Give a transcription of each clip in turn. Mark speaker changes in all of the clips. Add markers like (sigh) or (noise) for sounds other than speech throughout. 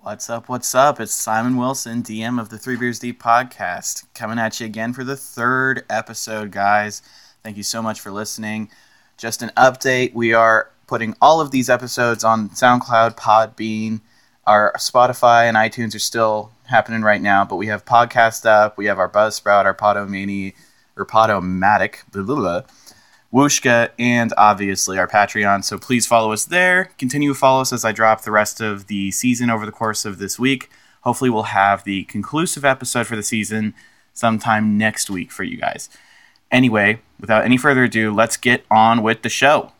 Speaker 1: What's up? What's up? It's Simon Wilson, DM of the Three Beers Deep podcast, coming at you again for the third episode, guys. Thank you so much for listening. Just an update we are putting all of these episodes on SoundCloud, Podbean, our Spotify, and iTunes are still happening right now, but we have Podcast Up, we have our Buzzsprout, our Podomani, or Podomatic, blah, blah, blah. Wooshka, and obviously our Patreon. So please follow us there. Continue to follow us as I drop the rest of the season over the course of this week. Hopefully, we'll have the conclusive episode for the season sometime next week for you guys. Anyway, without any further ado, let's get on with the show.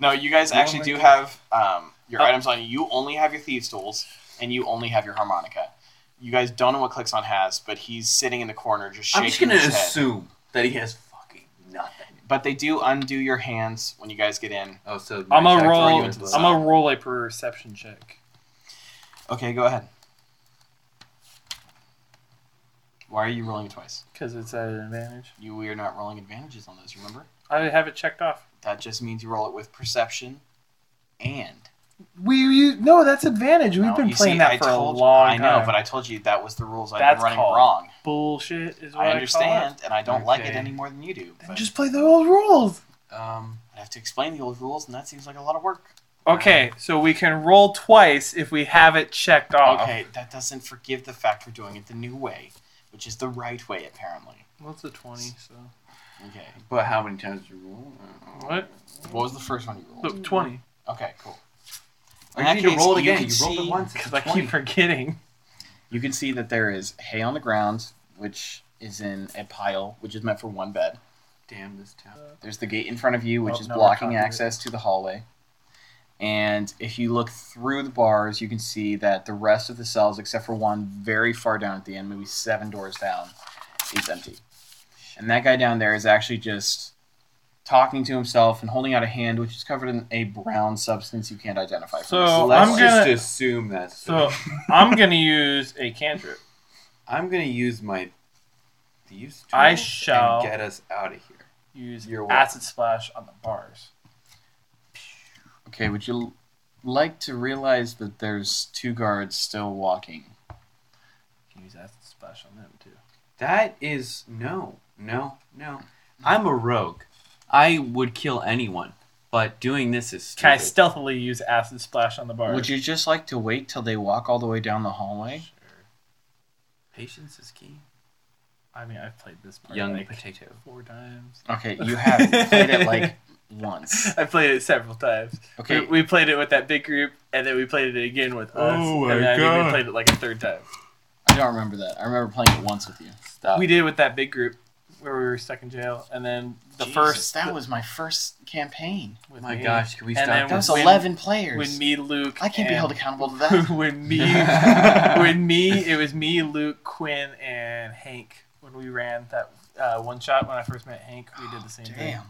Speaker 1: No, you guys actually do have um, your
Speaker 2: Oh.
Speaker 1: items on you. You only have your thieves' tools, and you only have your harmonica. You guys don't know what Clixon has, but he's sitting in the corner just shaking
Speaker 2: I'm just gonna
Speaker 1: his head.
Speaker 2: assume that he has fucking nothing.
Speaker 1: But they do undo your hands when you guys get in.
Speaker 2: Oh, so
Speaker 3: I'm
Speaker 1: Check
Speaker 3: a
Speaker 1: for
Speaker 3: roll.
Speaker 1: you into the
Speaker 3: I'm a
Speaker 1: zone.
Speaker 3: roll a perception check.
Speaker 1: Okay, go ahead. Why are you rolling it twice?
Speaker 3: Because it's at an advantage.
Speaker 1: You we are not rolling advantages on those. Remember,
Speaker 3: I have it checked off.
Speaker 1: that just means you roll it with perception, and
Speaker 3: We you, no, that's advantage. We've
Speaker 1: No,
Speaker 3: been
Speaker 1: you
Speaker 3: playing
Speaker 1: see,
Speaker 3: that
Speaker 1: I
Speaker 3: for
Speaker 1: told,
Speaker 3: a long
Speaker 1: I
Speaker 3: time.
Speaker 1: know, but I told you that was the rules I've
Speaker 3: That's
Speaker 1: been running
Speaker 3: called
Speaker 1: wrong.
Speaker 3: bullshit is what
Speaker 1: I
Speaker 3: I,
Speaker 1: understand, and I don't like it
Speaker 3: Okay.
Speaker 1: any more than you do.
Speaker 3: Call it.
Speaker 1: But,
Speaker 3: Then just play the old rules.
Speaker 1: um, I'd have to explain the old rules, and that seems like a lot of work.
Speaker 3: Okay, so we can roll twice if we have it checked off.
Speaker 1: Okay, that doesn't forgive the fact for doing it the new way, which is the right way apparently.
Speaker 3: What's a twenty? So
Speaker 1: Okay,
Speaker 2: But how many times do you roll?
Speaker 3: what?
Speaker 1: what was the first one you rolled?
Speaker 3: Look, twenty.
Speaker 1: Okay, cool.
Speaker 2: Or
Speaker 1: In
Speaker 2: you
Speaker 1: that
Speaker 2: need to
Speaker 1: case,
Speaker 2: roll it
Speaker 1: you
Speaker 2: again.
Speaker 1: can
Speaker 2: You rolled it
Speaker 1: see-
Speaker 2: once.
Speaker 3: Because I keep
Speaker 1: (laughs)
Speaker 3: forgetting.
Speaker 1: You can see that there is hay on the ground, which is in a pile, which is meant for one bed.
Speaker 2: Damn this town.
Speaker 1: There's the gate in front of you, which
Speaker 3: Oh,
Speaker 1: is
Speaker 3: no,
Speaker 1: blocking
Speaker 3: I can't do it.
Speaker 1: access to the hallway. And if you look through the bars, you can see that the rest of the cells, except for one very far down at the end, maybe seven doors down, is empty. And that guy down there is actually just talking to himself and holding out a hand, which is covered in a brown substance you can't identify. From
Speaker 3: So,
Speaker 1: this.
Speaker 3: Oh,
Speaker 2: Let's
Speaker 3: I'm
Speaker 2: just
Speaker 3: gonna-
Speaker 2: assume that's.
Speaker 3: So I'm gonna use a cantrip.
Speaker 2: I'm gonna use my thieves tools
Speaker 3: I shall-
Speaker 2: and get us out of here.
Speaker 3: Use
Speaker 1: You're
Speaker 3: your
Speaker 1: welcome.
Speaker 3: acid splash on the bars.
Speaker 1: Okay, would you l- like to realize that there's two guards still walking?
Speaker 3: Use acid splash on them too.
Speaker 2: That is no, no, no. I'm a rogue. I would kill anyone, but doing this is
Speaker 3: Can I
Speaker 2: stupid.
Speaker 3: stealthily use acid splash on the bars?
Speaker 1: Would you just like to wait till they walk all the way down the hallway?
Speaker 2: Sure. Patience is key.
Speaker 3: I mean, I've played this part
Speaker 2: Young
Speaker 3: like
Speaker 2: potato.
Speaker 3: four times. (laughs)
Speaker 1: Okay, you have played it like once.
Speaker 3: I played it several times.
Speaker 1: Okay.
Speaker 3: We, we played it with that big group, and then we played it again with us.
Speaker 2: Oh my
Speaker 3: and then I think
Speaker 2: God.
Speaker 3: we played it like a third time.
Speaker 1: I don't remember that. I remember playing it once with you.
Speaker 2: Stop.
Speaker 3: We did it with that big group where we were stuck in jail, and then the
Speaker 1: Jesus,
Speaker 3: first.
Speaker 1: that was my first campaign.
Speaker 2: Oh
Speaker 3: with
Speaker 2: my
Speaker 3: me,
Speaker 2: gosh, can we
Speaker 3: And
Speaker 2: stop
Speaker 3: then
Speaker 1: That was
Speaker 2: this?
Speaker 3: when-
Speaker 1: eleven players.
Speaker 3: When me, Luke.
Speaker 1: I can't be
Speaker 3: and-
Speaker 1: held accountable to
Speaker 3: (laughs)
Speaker 1: that.
Speaker 2: (laughs)
Speaker 3: when (laughs)
Speaker 1: (laughs)
Speaker 3: me, when me, it was me, Luke, Quinn, and Hank when we ran that uh, one shot when I first met Hank. We did the same thing.
Speaker 1: Damn,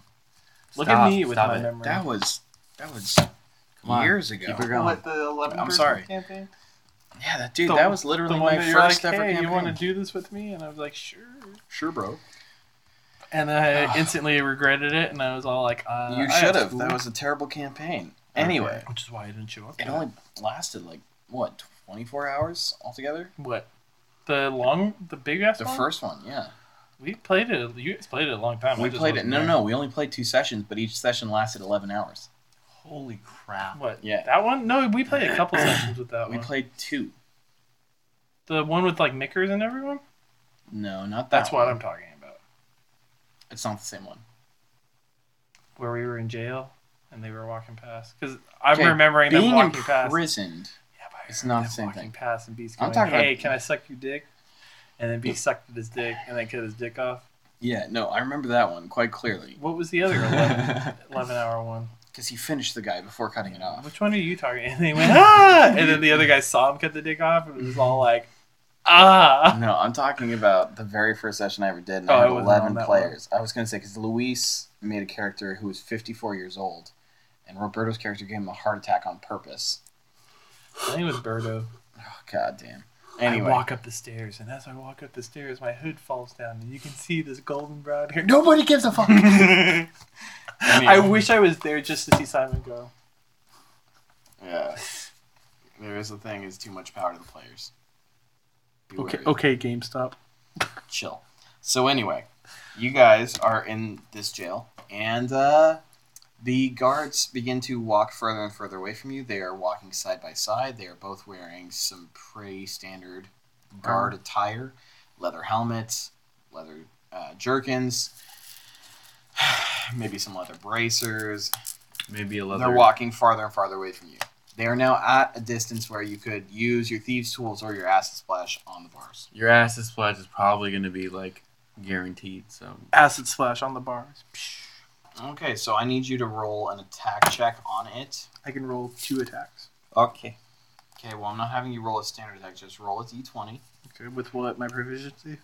Speaker 3: Look
Speaker 2: Stop,
Speaker 3: at me with
Speaker 2: stop
Speaker 3: my
Speaker 2: it.
Speaker 3: memory.
Speaker 1: that was that was
Speaker 2: Come on,
Speaker 1: years ago.
Speaker 2: Keep her going.
Speaker 3: the 11
Speaker 1: I'm sorry.
Speaker 3: Campaign?
Speaker 1: Yeah, that dude.
Speaker 3: The-
Speaker 1: that was
Speaker 3: The
Speaker 1: literally
Speaker 3: one
Speaker 1: my
Speaker 3: that you're
Speaker 1: first
Speaker 3: like,
Speaker 1: ever
Speaker 3: hey,
Speaker 1: campaign.
Speaker 3: you want to do this with me? And I was like, sure.
Speaker 1: Sure, bro.
Speaker 3: And I instantly regretted it, and I was all like, uh,
Speaker 1: you
Speaker 3: I
Speaker 1: should have.
Speaker 3: school.
Speaker 1: That was a terrible campaign. Anyway,
Speaker 3: Okay, which is why I didn't show up.
Speaker 1: it only lasted like what twenty four hours altogether.
Speaker 3: What? The long, the big ass.
Speaker 1: The
Speaker 3: one?
Speaker 1: first one, yeah.
Speaker 3: We played it. You guys played it a long time. I
Speaker 1: We
Speaker 3: just
Speaker 1: played it.
Speaker 3: wasn't
Speaker 1: No,
Speaker 3: there.
Speaker 1: no, we only played two sessions, but each session lasted eleven hours.
Speaker 2: Holy crap.
Speaker 3: What?
Speaker 1: Yeah.
Speaker 3: That one? No, we played a
Speaker 1: (clears throat)
Speaker 3: couple sessions with that
Speaker 1: We
Speaker 3: one.
Speaker 1: played two.
Speaker 3: the one with like Mickers and everyone.
Speaker 1: No, not that.
Speaker 3: That's what I'm talking about.
Speaker 1: It's not the same one.
Speaker 3: Where we were in jail and they were walking past. Because I'm
Speaker 1: Okay,
Speaker 3: remembering them
Speaker 1: Being
Speaker 3: walking past.
Speaker 1: imprisoned.
Speaker 3: Yeah, but I
Speaker 1: It's not
Speaker 3: remember them
Speaker 1: the same
Speaker 3: walking
Speaker 1: thing.
Speaker 3: Past and Beast
Speaker 1: I'm
Speaker 3: going,
Speaker 1: talking about-
Speaker 3: hey, can I suck your dick? And then Beast sucked at his dick and then cut his dick off.
Speaker 1: Yeah, no, I remember that one quite clearly. (laughs)
Speaker 3: What was the other 11, 11 hour one?
Speaker 4: because he finished the guy before cutting it off.
Speaker 3: Which one are you targeting? (laughs) And they went, ah! And then the other guy saw him cut the dick off and was all like, ah.
Speaker 1: No, I'm talking about the very first session I ever did, and
Speaker 3: Oh, I
Speaker 1: I had
Speaker 3: wasn't
Speaker 1: 11
Speaker 3: on that
Speaker 1: players. I was going to say, because Luis made a character who was 54 years old, and Roberto's character gave him a heart attack on purpose.
Speaker 3: I think it was Birdo.
Speaker 1: Oh, God damn.
Speaker 3: I
Speaker 1: Anyway,
Speaker 3: walk up the stairs, and as I walk up the stairs, my hood falls down, and you can see this golden brown hair.
Speaker 4: Nobody gives
Speaker 3: (laughs)
Speaker 4: a fuck.
Speaker 3: I,
Speaker 1: mean-
Speaker 3: wish I was there just to see Simon go.
Speaker 4: yeah,
Speaker 1: there is a thing, is too much power to the players.
Speaker 3: Okay, okay, GameStop.
Speaker 1: Chill. So, anyway, you guys are in this jail, and uh, the guards begin to walk further and further away from you. They are walking side by side. They are both wearing some pretty standard guard attire leather helmets, leather uh, jerkins, (sighs) maybe some leather bracers.
Speaker 2: Maybe a leather.
Speaker 1: They're walking farther and farther away from you. They are now at a distance where you could use your thieves' tools or your acid splash on the bars.
Speaker 2: Your acid splash is probably going to be like guaranteed. So
Speaker 3: Acid splash on the bars.
Speaker 1: Okay, so I need you to roll an attack check on it.
Speaker 3: I can roll two attacks.
Speaker 1: Okay. Okay, well, I'm not having you roll a standard attack, just roll a d20.
Speaker 3: Okay, with what? My proficiency?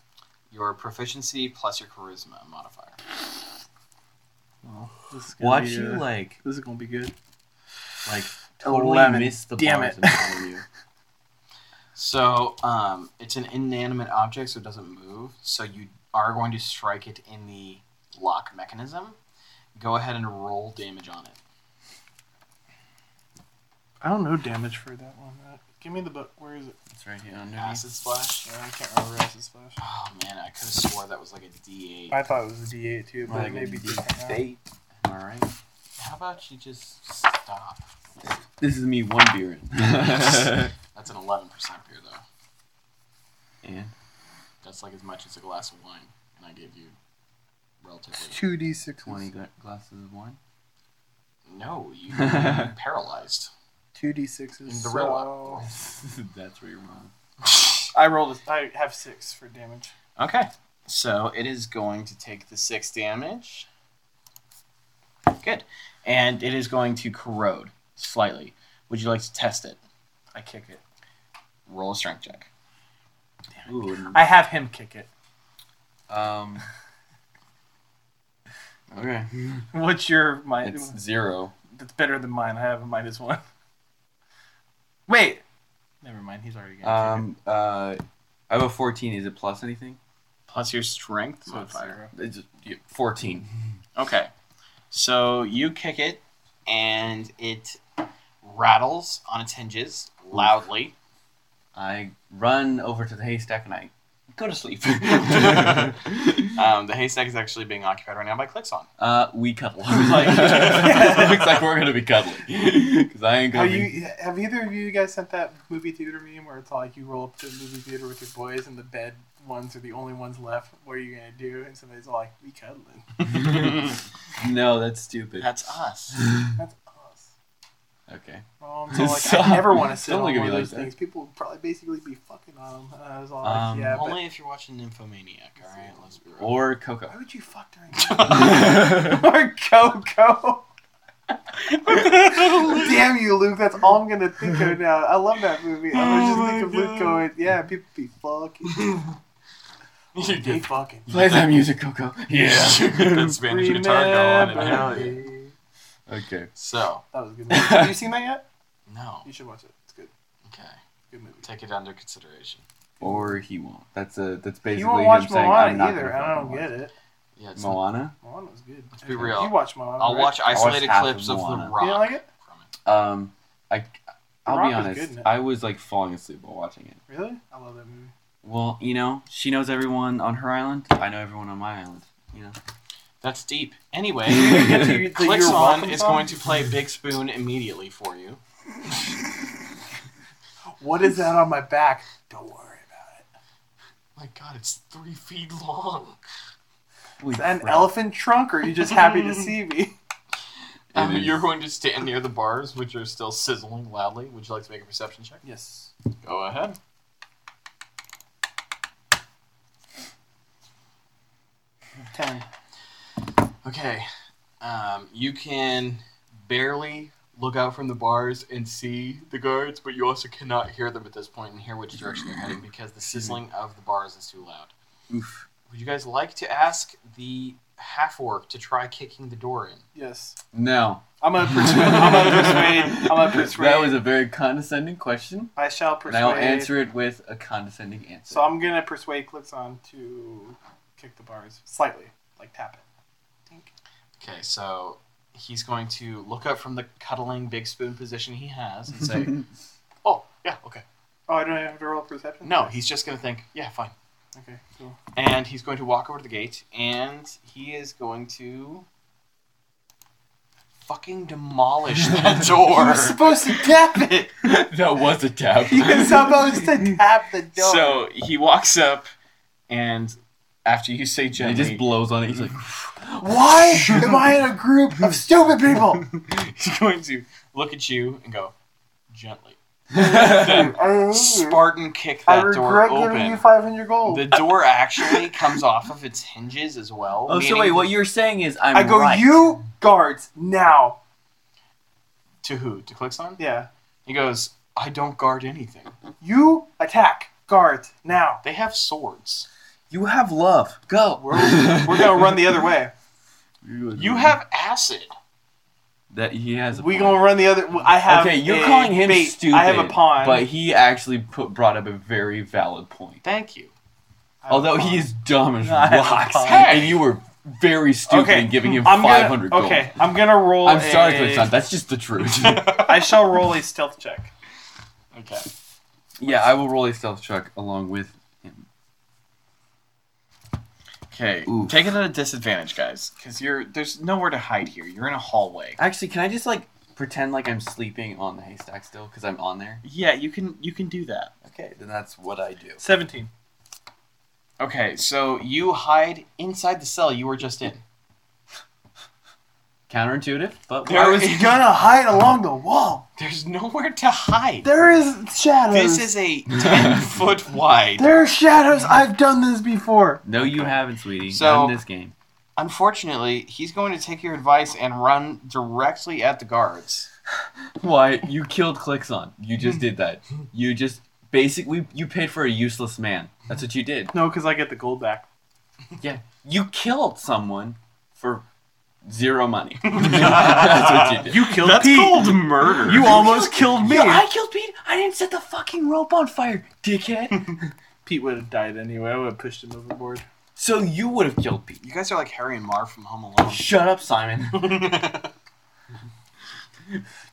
Speaker 1: Your proficiency plus your charisma modifier.
Speaker 3: Well, this is gonna
Speaker 2: watch
Speaker 3: be,
Speaker 2: you
Speaker 3: uh,
Speaker 2: like
Speaker 3: This is going to be good. (sighs)
Speaker 2: like totally
Speaker 3: 11.
Speaker 2: miss the
Speaker 3: Damn
Speaker 2: bars
Speaker 3: it.
Speaker 2: in front
Speaker 3: (laughs)
Speaker 2: of you.
Speaker 1: So, um, it's an inanimate object, so it doesn't move. So, you are going to strike it in the lock mechanism. Go ahead and roll damage on it.
Speaker 3: I don't know damage for that one. Uh, give me the book. Where is it?
Speaker 2: It's right here underneath.
Speaker 1: Acid splash.
Speaker 3: Yeah, I can't remember acid splash.
Speaker 1: Oh man, I could have swore that was like a D8.
Speaker 3: I thought it was a D8 too, but
Speaker 2: Like
Speaker 3: it
Speaker 2: a
Speaker 3: may be
Speaker 2: D8.
Speaker 3: different. now.
Speaker 1: All right. How about you just stop?
Speaker 2: This is me one beer
Speaker 1: (laughs)
Speaker 2: in.
Speaker 1: That's an 11% beer though.
Speaker 2: (laughs) and
Speaker 1: That's like as much as a glass of wine, and I gave you relatively. (laughs)
Speaker 3: It's two D6.
Speaker 2: 20 gla- glasses of
Speaker 3: (laughs)
Speaker 2: wine.
Speaker 1: No, you you're paralyzed.
Speaker 3: Two D6s.
Speaker 1: The
Speaker 3: so...
Speaker 1: real-
Speaker 2: That's where you're wrong.
Speaker 3: I rolled. A, I have six for damage.
Speaker 1: Okay. So it is going to take the six damage. Good, and it is going to corrode slightly. Would you like to test it?
Speaker 3: I kick it.
Speaker 1: Roll a strength check.
Speaker 3: (laughs)
Speaker 2: Ooh, and-
Speaker 3: I have him kick it. (laughs)
Speaker 2: um. Okay.
Speaker 3: What's your mind?
Speaker 2: It's zero.
Speaker 3: That's better than mine. I have a minus one. Wait. Never mind. He's already getting
Speaker 2: Um. Uh. I have a 14. Is it plus anything?
Speaker 1: Plus your strength
Speaker 3: So it's
Speaker 1: modifier.
Speaker 3: zero.
Speaker 2: It's yeah, 14.
Speaker 1: Okay. So you kick it, and it rattles on its hinges loudly.
Speaker 2: I run over to the haystack and I go to sleep.
Speaker 1: Um, the haystack is actually being occupied right now by Clixon.
Speaker 2: (laughs) uh, we cuddle. (laughs) like, looks like we're gonna be cuddling (laughs) because I ain't gonna.
Speaker 3: Have
Speaker 2: Be,
Speaker 3: you have either of you guys sent that movie theater meme where it's all like you roll up to the movie theater with your boys and the bed ones are the only ones left? What are you gonna do? And somebody's all like, "We cuddling."
Speaker 2: (laughs) No, that's stupid.
Speaker 1: That's us.
Speaker 3: That's us.
Speaker 2: okay.
Speaker 3: Oh, I'm so like,
Speaker 2: So- (laughs)
Speaker 3: I never want to sit
Speaker 2: don't
Speaker 3: on
Speaker 2: look
Speaker 3: one
Speaker 2: at
Speaker 3: of
Speaker 2: me like
Speaker 3: those
Speaker 2: that.
Speaker 3: things. People would probably basically be fucking on them. And I was all
Speaker 2: Um,
Speaker 3: like, yeah, but
Speaker 1: Only if you're watching Nymphomaniac. All right, let's be real.
Speaker 2: Or (laughs)
Speaker 3: why
Speaker 2: Coco.
Speaker 3: would you fuck during
Speaker 1: (laughs)
Speaker 3: (laughs) or Coco? (laughs) Damn you, Luke. That's all I'm going to think of now. I love that movie. I was
Speaker 1: Oh
Speaker 3: just thinking of
Speaker 1: my
Speaker 3: Luke
Speaker 1: God.
Speaker 3: going, yeah, people be
Speaker 2: (laughs)
Speaker 3: fucking. be fucking.
Speaker 2: Play that music, Coco. (laughs)
Speaker 1: that Spanish guitar going in
Speaker 3: Remember
Speaker 1: there.
Speaker 3: me.
Speaker 2: okay.
Speaker 1: So
Speaker 3: That was a good movie. Have you seen that yet?
Speaker 1: no,
Speaker 3: You should watch it. It's good.
Speaker 1: okay,
Speaker 3: Good movie.
Speaker 1: take it under consideration.
Speaker 2: Or he won't. That's a. That's basically
Speaker 3: You won't watch
Speaker 2: him saying, I'm
Speaker 3: Moana
Speaker 2: not
Speaker 3: either.
Speaker 2: gonna
Speaker 3: I
Speaker 2: fucking
Speaker 3: don't
Speaker 2: watch
Speaker 3: get it.
Speaker 1: Yeah,
Speaker 2: it.
Speaker 1: it's not,
Speaker 2: Moana.
Speaker 3: Moana was good.
Speaker 1: Let's be real.
Speaker 3: You watch Moana.
Speaker 1: I'll
Speaker 3: right?
Speaker 1: watch isolated
Speaker 2: half of
Speaker 1: clips of, the
Speaker 2: Moana.
Speaker 1: rock.
Speaker 3: You don't like it?
Speaker 1: from it.
Speaker 2: Um, I. I'll
Speaker 3: Rock
Speaker 2: be
Speaker 3: is
Speaker 2: honest.
Speaker 3: good in it.
Speaker 2: I was like falling asleep while watching it.
Speaker 3: Really? I love that movie.
Speaker 2: Well, you know, she knows everyone on her island. I know everyone on my island. You know.
Speaker 1: That's deep. Anyway,
Speaker 3: Get to your- the You're
Speaker 1: Clixon
Speaker 3: Welcome
Speaker 1: is
Speaker 3: song?
Speaker 1: going to play Big Spoon immediately for you.
Speaker 3: (laughs) What is that on my back? Don't worry about it.
Speaker 1: My God, it's three feet long.
Speaker 2: Holy
Speaker 3: Is that an
Speaker 2: crap.
Speaker 3: elephant trunk, or are you just happy to see me? (laughs)
Speaker 2: It
Speaker 1: Um,
Speaker 2: is.
Speaker 1: you're going to stand near the bars, which are still sizzling loudly. Would you like to make a perception check?
Speaker 3: Yes.
Speaker 1: Go ahead.
Speaker 3: Ten.
Speaker 1: Okay. Um, you can barely look out from the bars and see the guards, but you also cannot hear them at this point and hear which direction they're heading because the sizzling of the bars is too loud.
Speaker 5: Oof.
Speaker 1: Would you guys like to ask the half orc to try kicking the door in?
Speaker 3: Yes. (laughs)
Speaker 2: No.
Speaker 3: I'm gonna persuade.
Speaker 2: (laughs)
Speaker 3: I'm gonna persuade. I'm gonna persuade.
Speaker 2: That was a very condescending question,
Speaker 3: I shall
Speaker 2: and
Speaker 3: persuade.
Speaker 2: I will answer it with a condescending answer.
Speaker 3: So I'm gonna persuade Clixon to kick the bars slightly, like tap it.
Speaker 1: Okay, so he's going to look up from the cuddling big spoon position he has and
Speaker 2: (laughs)
Speaker 1: say,
Speaker 3: (laughs)
Speaker 1: Oh, yeah, okay.
Speaker 3: Oh, I don't have to roll perception.
Speaker 1: No, he's just going to think, Yeah, fine.
Speaker 3: Okay. Cool.
Speaker 1: And he's going to walk over to the gate, and he is going to fucking
Speaker 2: (laughs)
Speaker 1: demolish that door.
Speaker 3: supposed to tap it.
Speaker 2: that was a tap.
Speaker 3: (laughs)
Speaker 2: (laughs)
Speaker 3: You're supposed to tap the
Speaker 1: (laughs)
Speaker 3: door.
Speaker 1: so he walks up, and after you say
Speaker 2: he
Speaker 1: gently,
Speaker 2: just blows on it.
Speaker 3: (laughs)
Speaker 2: He's like, (laughs)
Speaker 3: why am I in a group of
Speaker 2: (laughs)
Speaker 3: stupid people?
Speaker 1: (laughs) he's going to look at you and go gently.
Speaker 2: "That
Speaker 3: I
Speaker 1: Spartan kick that door
Speaker 3: regret giving you
Speaker 1: open.
Speaker 3: 500
Speaker 1: (laughs)
Speaker 3: gold.
Speaker 1: The door actually comes off of its hinges as well.
Speaker 2: Oh, so
Speaker 1: meaning
Speaker 2: wait, what you're saying is I'm
Speaker 3: I go,
Speaker 2: right.
Speaker 3: you guards now.
Speaker 1: to who? To Clixon?
Speaker 3: Yeah.
Speaker 1: He goes, I don't guard anything.
Speaker 3: You attack guards now.
Speaker 1: They have swords.
Speaker 5: You have love. Go.
Speaker 3: We're, we're gonna run
Speaker 2: (laughs)
Speaker 3: the other way.
Speaker 1: You have acid.
Speaker 2: that. He has. A
Speaker 3: We
Speaker 2: point.
Speaker 3: gonna run the other. I have.
Speaker 2: okay, you're
Speaker 3: a
Speaker 2: calling him
Speaker 3: bait.
Speaker 2: stupid.
Speaker 3: I have a pawn.
Speaker 2: but he actually put brought up a very valid point.
Speaker 1: Thank (laughs) you.
Speaker 3: I have a
Speaker 2: Although
Speaker 3: pawn.
Speaker 2: he is dumb as
Speaker 3: (laughs) I have a
Speaker 2: rocks,
Speaker 3: pawn.
Speaker 2: and you were very stupid
Speaker 3: Okay,
Speaker 2: in giving him
Speaker 3: I'm gonna-
Speaker 2: 500 gold.
Speaker 3: Okay, eh. I'm gonna roll.
Speaker 2: I'm sorry,
Speaker 3: a-
Speaker 2: Clixon. That's just the
Speaker 3: (laughs)
Speaker 2: truth.
Speaker 3: I shall roll a stealth check.
Speaker 1: okay.
Speaker 2: yeah, I will roll a stealth check along with him.
Speaker 1: Okay.
Speaker 2: Oof.
Speaker 1: Take it at a disadvantage, guys, because you're there's nowhere to hide here. You're in a hallway.
Speaker 2: Actually, can I just like pretend like I'm sleeping on the haystack still because I'm on there?
Speaker 1: Yeah, you can you can do that.
Speaker 2: Okay, then that's what I do.
Speaker 3: Seventeen.
Speaker 1: Okay, so you hide inside the cell you were just in.
Speaker 2: Counterintuitive, but
Speaker 1: There
Speaker 3: I was
Speaker 1: is-
Speaker 3: gonna hide along the wall.
Speaker 1: There's nowhere to hide.
Speaker 3: There is shadows.
Speaker 1: This is (laughs) a ten foot wide.
Speaker 3: There are shadows. I've done this before.
Speaker 2: no, you haven't, sweetie.
Speaker 1: So-
Speaker 2: Not in this game.
Speaker 1: Unfortunately, he's going to take your advice and run directly at the guards.
Speaker 2: Why you killed Clixon? You just did that. You just basically you paid for a useless man. That's what you did.
Speaker 3: No, because I get the gold back.
Speaker 2: Yeah, you killed someone for zero money. (laughs) That's what you did.
Speaker 3: You killed Pete.
Speaker 1: murder.
Speaker 3: You almost killed me.
Speaker 2: Yo, I killed Pete. I didn't set the fucking rope on fire,
Speaker 1: (laughs)
Speaker 2: dickhead.
Speaker 3: Pete would have died anyway. I would have pushed him overboard.
Speaker 2: so you would have killed Pete.
Speaker 1: You guys are like Harry and Marv from Home (laughs) Alone.
Speaker 2: Shut up, Simon.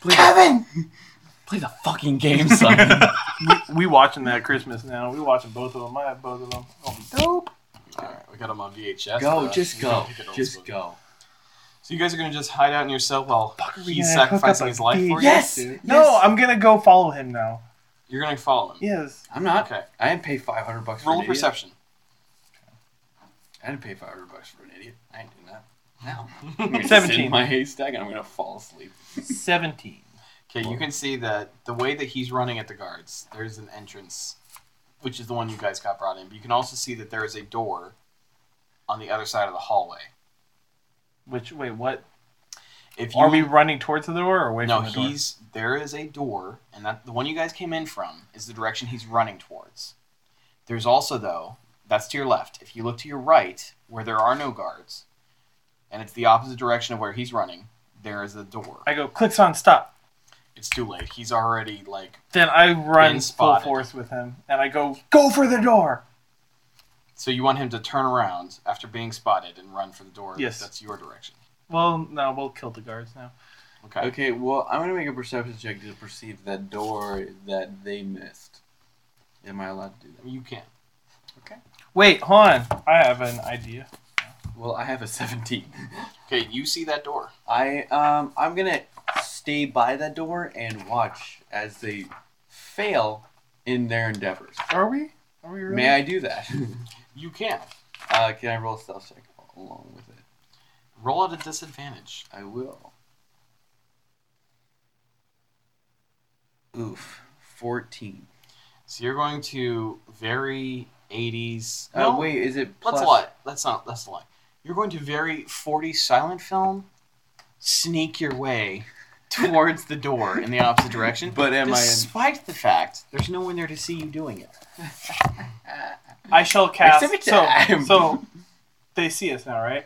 Speaker 2: Play,
Speaker 3: Kevin,
Speaker 2: play the fucking
Speaker 1: (laughs)
Speaker 2: game, Simon.
Speaker 3: we watching that Christmas now. We watching both of them. I have both of them. Oh, dope.
Speaker 1: All right, we got him on VHS.
Speaker 2: go,
Speaker 1: but
Speaker 2: just
Speaker 1: you don't
Speaker 2: go,
Speaker 1: pick it up.
Speaker 2: just go.
Speaker 1: So you guys are gonna just hide out in your cell while
Speaker 3: Fuck, are we
Speaker 1: he's
Speaker 3: gonna hook
Speaker 1: sacrificing
Speaker 3: up a
Speaker 1: his life for
Speaker 3: date?
Speaker 1: you.
Speaker 2: Yes,
Speaker 3: Dude.
Speaker 2: yes.
Speaker 3: No, I'm gonna go follow him now.
Speaker 1: You're gonna follow him.
Speaker 3: Yes.
Speaker 2: I'm not.
Speaker 1: Okay.
Speaker 2: I didn't pay 500 bucks for
Speaker 1: Roll
Speaker 2: an
Speaker 1: a
Speaker 2: idiot.
Speaker 1: perception.
Speaker 2: I didn't pay 500 bucks for an idiot. I ain't doing that. (laughs) No.
Speaker 3: sit Seventeen. in
Speaker 2: my haystack and I'm gonna fall asleep.
Speaker 3: Seventeen.
Speaker 1: Okay, you can see that the way that he's running at the guards, there's an entrance, which is the one you guys got brought in. But you can also see that there is a door on the other side of the hallway.
Speaker 3: Which wait, what?
Speaker 1: If you
Speaker 3: Are we running towards the door or away
Speaker 1: no,
Speaker 3: from the door?
Speaker 1: he's there is a door, and that the one you guys came in from is the direction he's running towards. There's also though that's to your left. If you look to your right, where there are no guards, and it's the opposite direction of where he's running, there is a door.
Speaker 3: I go clicks on stop.
Speaker 1: It's too late. He's already like
Speaker 3: Then I run
Speaker 1: Been
Speaker 3: full
Speaker 1: spotted.
Speaker 3: force with him, and I go go for the door.
Speaker 1: so you want him to turn around after being spotted and run for the door.
Speaker 3: Yes.
Speaker 1: that's your direction.
Speaker 3: Well, no, we'll kill the guards now.
Speaker 1: Okay.
Speaker 2: Okay, well, I'm gonna make a perception check to perceive that door that they missed. Am I allowed to do that?
Speaker 1: You can.
Speaker 3: Wait, hold on. I have an idea.
Speaker 2: Well, I have a 17.
Speaker 1: Okay, you see that door.
Speaker 2: (laughs) I um, I'm gonna stay by that door and watch as they fail in their endeavors.
Speaker 3: Are we? Are we really?
Speaker 2: May I do that? (laughs)
Speaker 1: You can
Speaker 2: uh, can I roll a stealth check along with it?
Speaker 1: roll at a disadvantage.
Speaker 2: I will. Oof, fourteen.
Speaker 1: So you're going to very 80s.
Speaker 2: Uh,
Speaker 1: No,
Speaker 2: wait, is it
Speaker 1: That's
Speaker 2: plus?
Speaker 1: a lie. That's not. That's a lie. You're going to very 40 silent film, sneak your way towards the door in the opposite direction.
Speaker 2: But am I in-
Speaker 1: despite the fact there's no one there to see you doing it.
Speaker 3: I shall cast.
Speaker 1: Exhibit (laughs)
Speaker 3: So,
Speaker 1: time.
Speaker 3: so they see us now, right?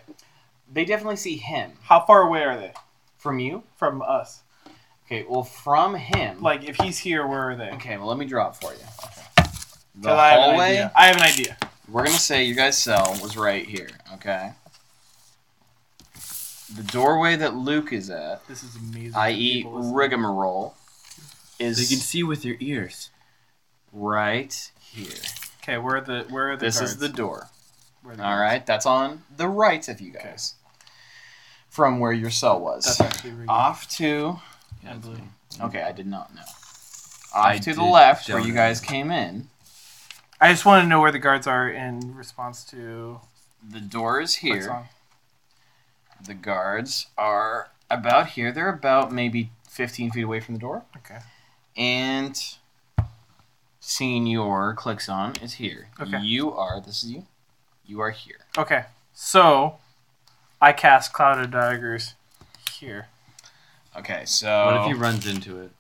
Speaker 1: They definitely see him
Speaker 3: How far away are they
Speaker 1: from you.
Speaker 3: from us?
Speaker 1: Okay, well from him.
Speaker 3: Like, if he's here, where are they?
Speaker 1: okay, well let me draw it for you. The
Speaker 3: 'Cause I have an
Speaker 1: hallway.
Speaker 3: idea. I have an idea.
Speaker 1: We're gonna say your guys' cell was right here. Okay. The doorway that Luke is at,
Speaker 3: This is amazing.
Speaker 1: i.e.,
Speaker 3: People listen.
Speaker 1: rigmarole,
Speaker 2: So you can
Speaker 1: is
Speaker 2: see with your ears.
Speaker 1: right here.
Speaker 3: Okay, where are the where are the
Speaker 1: This
Speaker 3: guards?
Speaker 1: is the door.
Speaker 3: Where are the
Speaker 1: All
Speaker 3: guards?
Speaker 1: right, that's on the right of you guys, from where your cell was.
Speaker 3: That's actually really
Speaker 1: Off to
Speaker 2: Yeah, that's
Speaker 3: Unbelievable.
Speaker 2: me.
Speaker 1: okay, I did not know. Off
Speaker 2: I
Speaker 1: to the
Speaker 2: did-
Speaker 1: left, where
Speaker 2: don't
Speaker 1: you
Speaker 2: know.
Speaker 1: guys came in.
Speaker 3: I just want to know where the guards are in response to
Speaker 1: The door is
Speaker 3: what
Speaker 1: here.
Speaker 3: song.
Speaker 1: The guards are about here. They're about maybe 15 feet away from the door.
Speaker 3: Okay.
Speaker 1: And Senior clicks on is here.
Speaker 3: Okay.
Speaker 1: You are. This is you. You are here.
Speaker 3: Okay. So I cast Cloud of Daggers here.
Speaker 1: Okay. So
Speaker 2: What if he runs into it?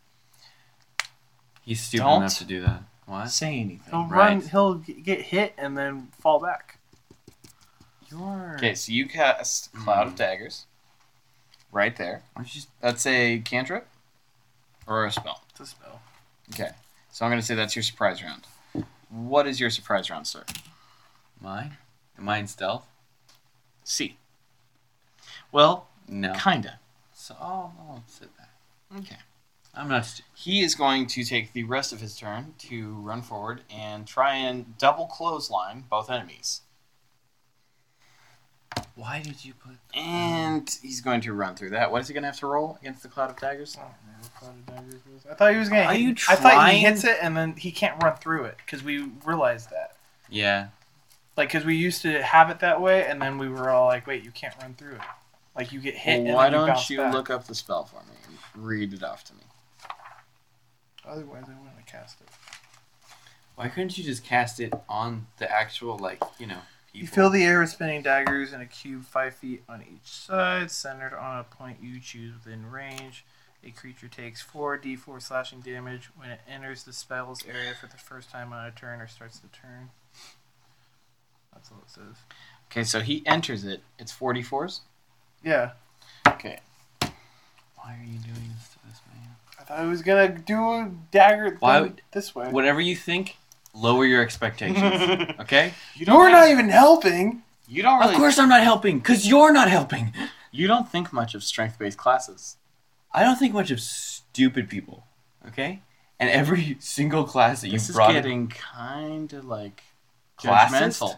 Speaker 2: He's stupid
Speaker 1: Don't.
Speaker 2: enough to do that. What?
Speaker 1: say anything?
Speaker 3: He'll
Speaker 2: Right.
Speaker 3: run. He'll g- get hit and then fall back. You're
Speaker 1: Okay, so you cast Cloud of Daggers. Right there.
Speaker 2: Why don't you just
Speaker 1: That's a cantrip or a spell.
Speaker 3: it's a spell.
Speaker 1: Okay. So I'm going to say that's your surprise round. What is your surprise round, sir?
Speaker 2: mine? Am I in stealth?
Speaker 1: C. Well,
Speaker 2: No.
Speaker 1: kinda.
Speaker 2: So I'll, I'll sit back.
Speaker 1: Okay.
Speaker 2: I'm not stupid.
Speaker 1: He is going to take the rest of his turn to run forward and try and double clothesline both enemies.
Speaker 2: Why did you put?
Speaker 1: And he's going to run through that. What is he going to have to roll against the Cloud of Daggers?
Speaker 3: I don't know what Cloud of Daggers is. I thought he was gonna.
Speaker 2: Are
Speaker 3: hit-
Speaker 2: you
Speaker 3: I thought he
Speaker 2: trying-
Speaker 3: hits it and then he can't run through it because we realized that.
Speaker 2: Yeah.
Speaker 3: Like, because we used to have it that way, and then we were all like, "Wait, you can't run through it. Like, you get hit."
Speaker 1: Well, why
Speaker 3: and then you
Speaker 1: don't
Speaker 3: bounce
Speaker 1: you
Speaker 3: back.
Speaker 1: look up the spell for me and read it off to me?
Speaker 3: Otherwise, I wouldn't have cast it.
Speaker 2: Why couldn't you just cast it on the actual like you know?
Speaker 3: You fill the air with spinning daggers in a cube five feet on each side, centered on a point you choose within range. A creature takes 4d4 slashing damage when it enters the spell's area for the first time on a turn or starts the turn. That's all it says.
Speaker 1: Okay, so he enters it. It's 44s.
Speaker 3: Yeah.
Speaker 1: Okay.
Speaker 2: Why are you doing this to this man?
Speaker 3: I thought I was going to do a dagger
Speaker 2: Why
Speaker 3: thing
Speaker 2: would-
Speaker 3: this way.
Speaker 2: Whatever you think, lower your expectations. (laughs)
Speaker 3: (laughs)
Speaker 2: okay.
Speaker 1: You
Speaker 3: You're
Speaker 1: have-
Speaker 3: not even helping.
Speaker 1: You don't really.
Speaker 2: Of course I'm not helping, cause you're not helping.
Speaker 1: You don't think much of strength-based classes.
Speaker 2: I don't think much of stupid people. Okay. And every single class that you
Speaker 1: This is
Speaker 2: brought in,
Speaker 1: getting kind of like
Speaker 2: Classist?
Speaker 1: judgmental.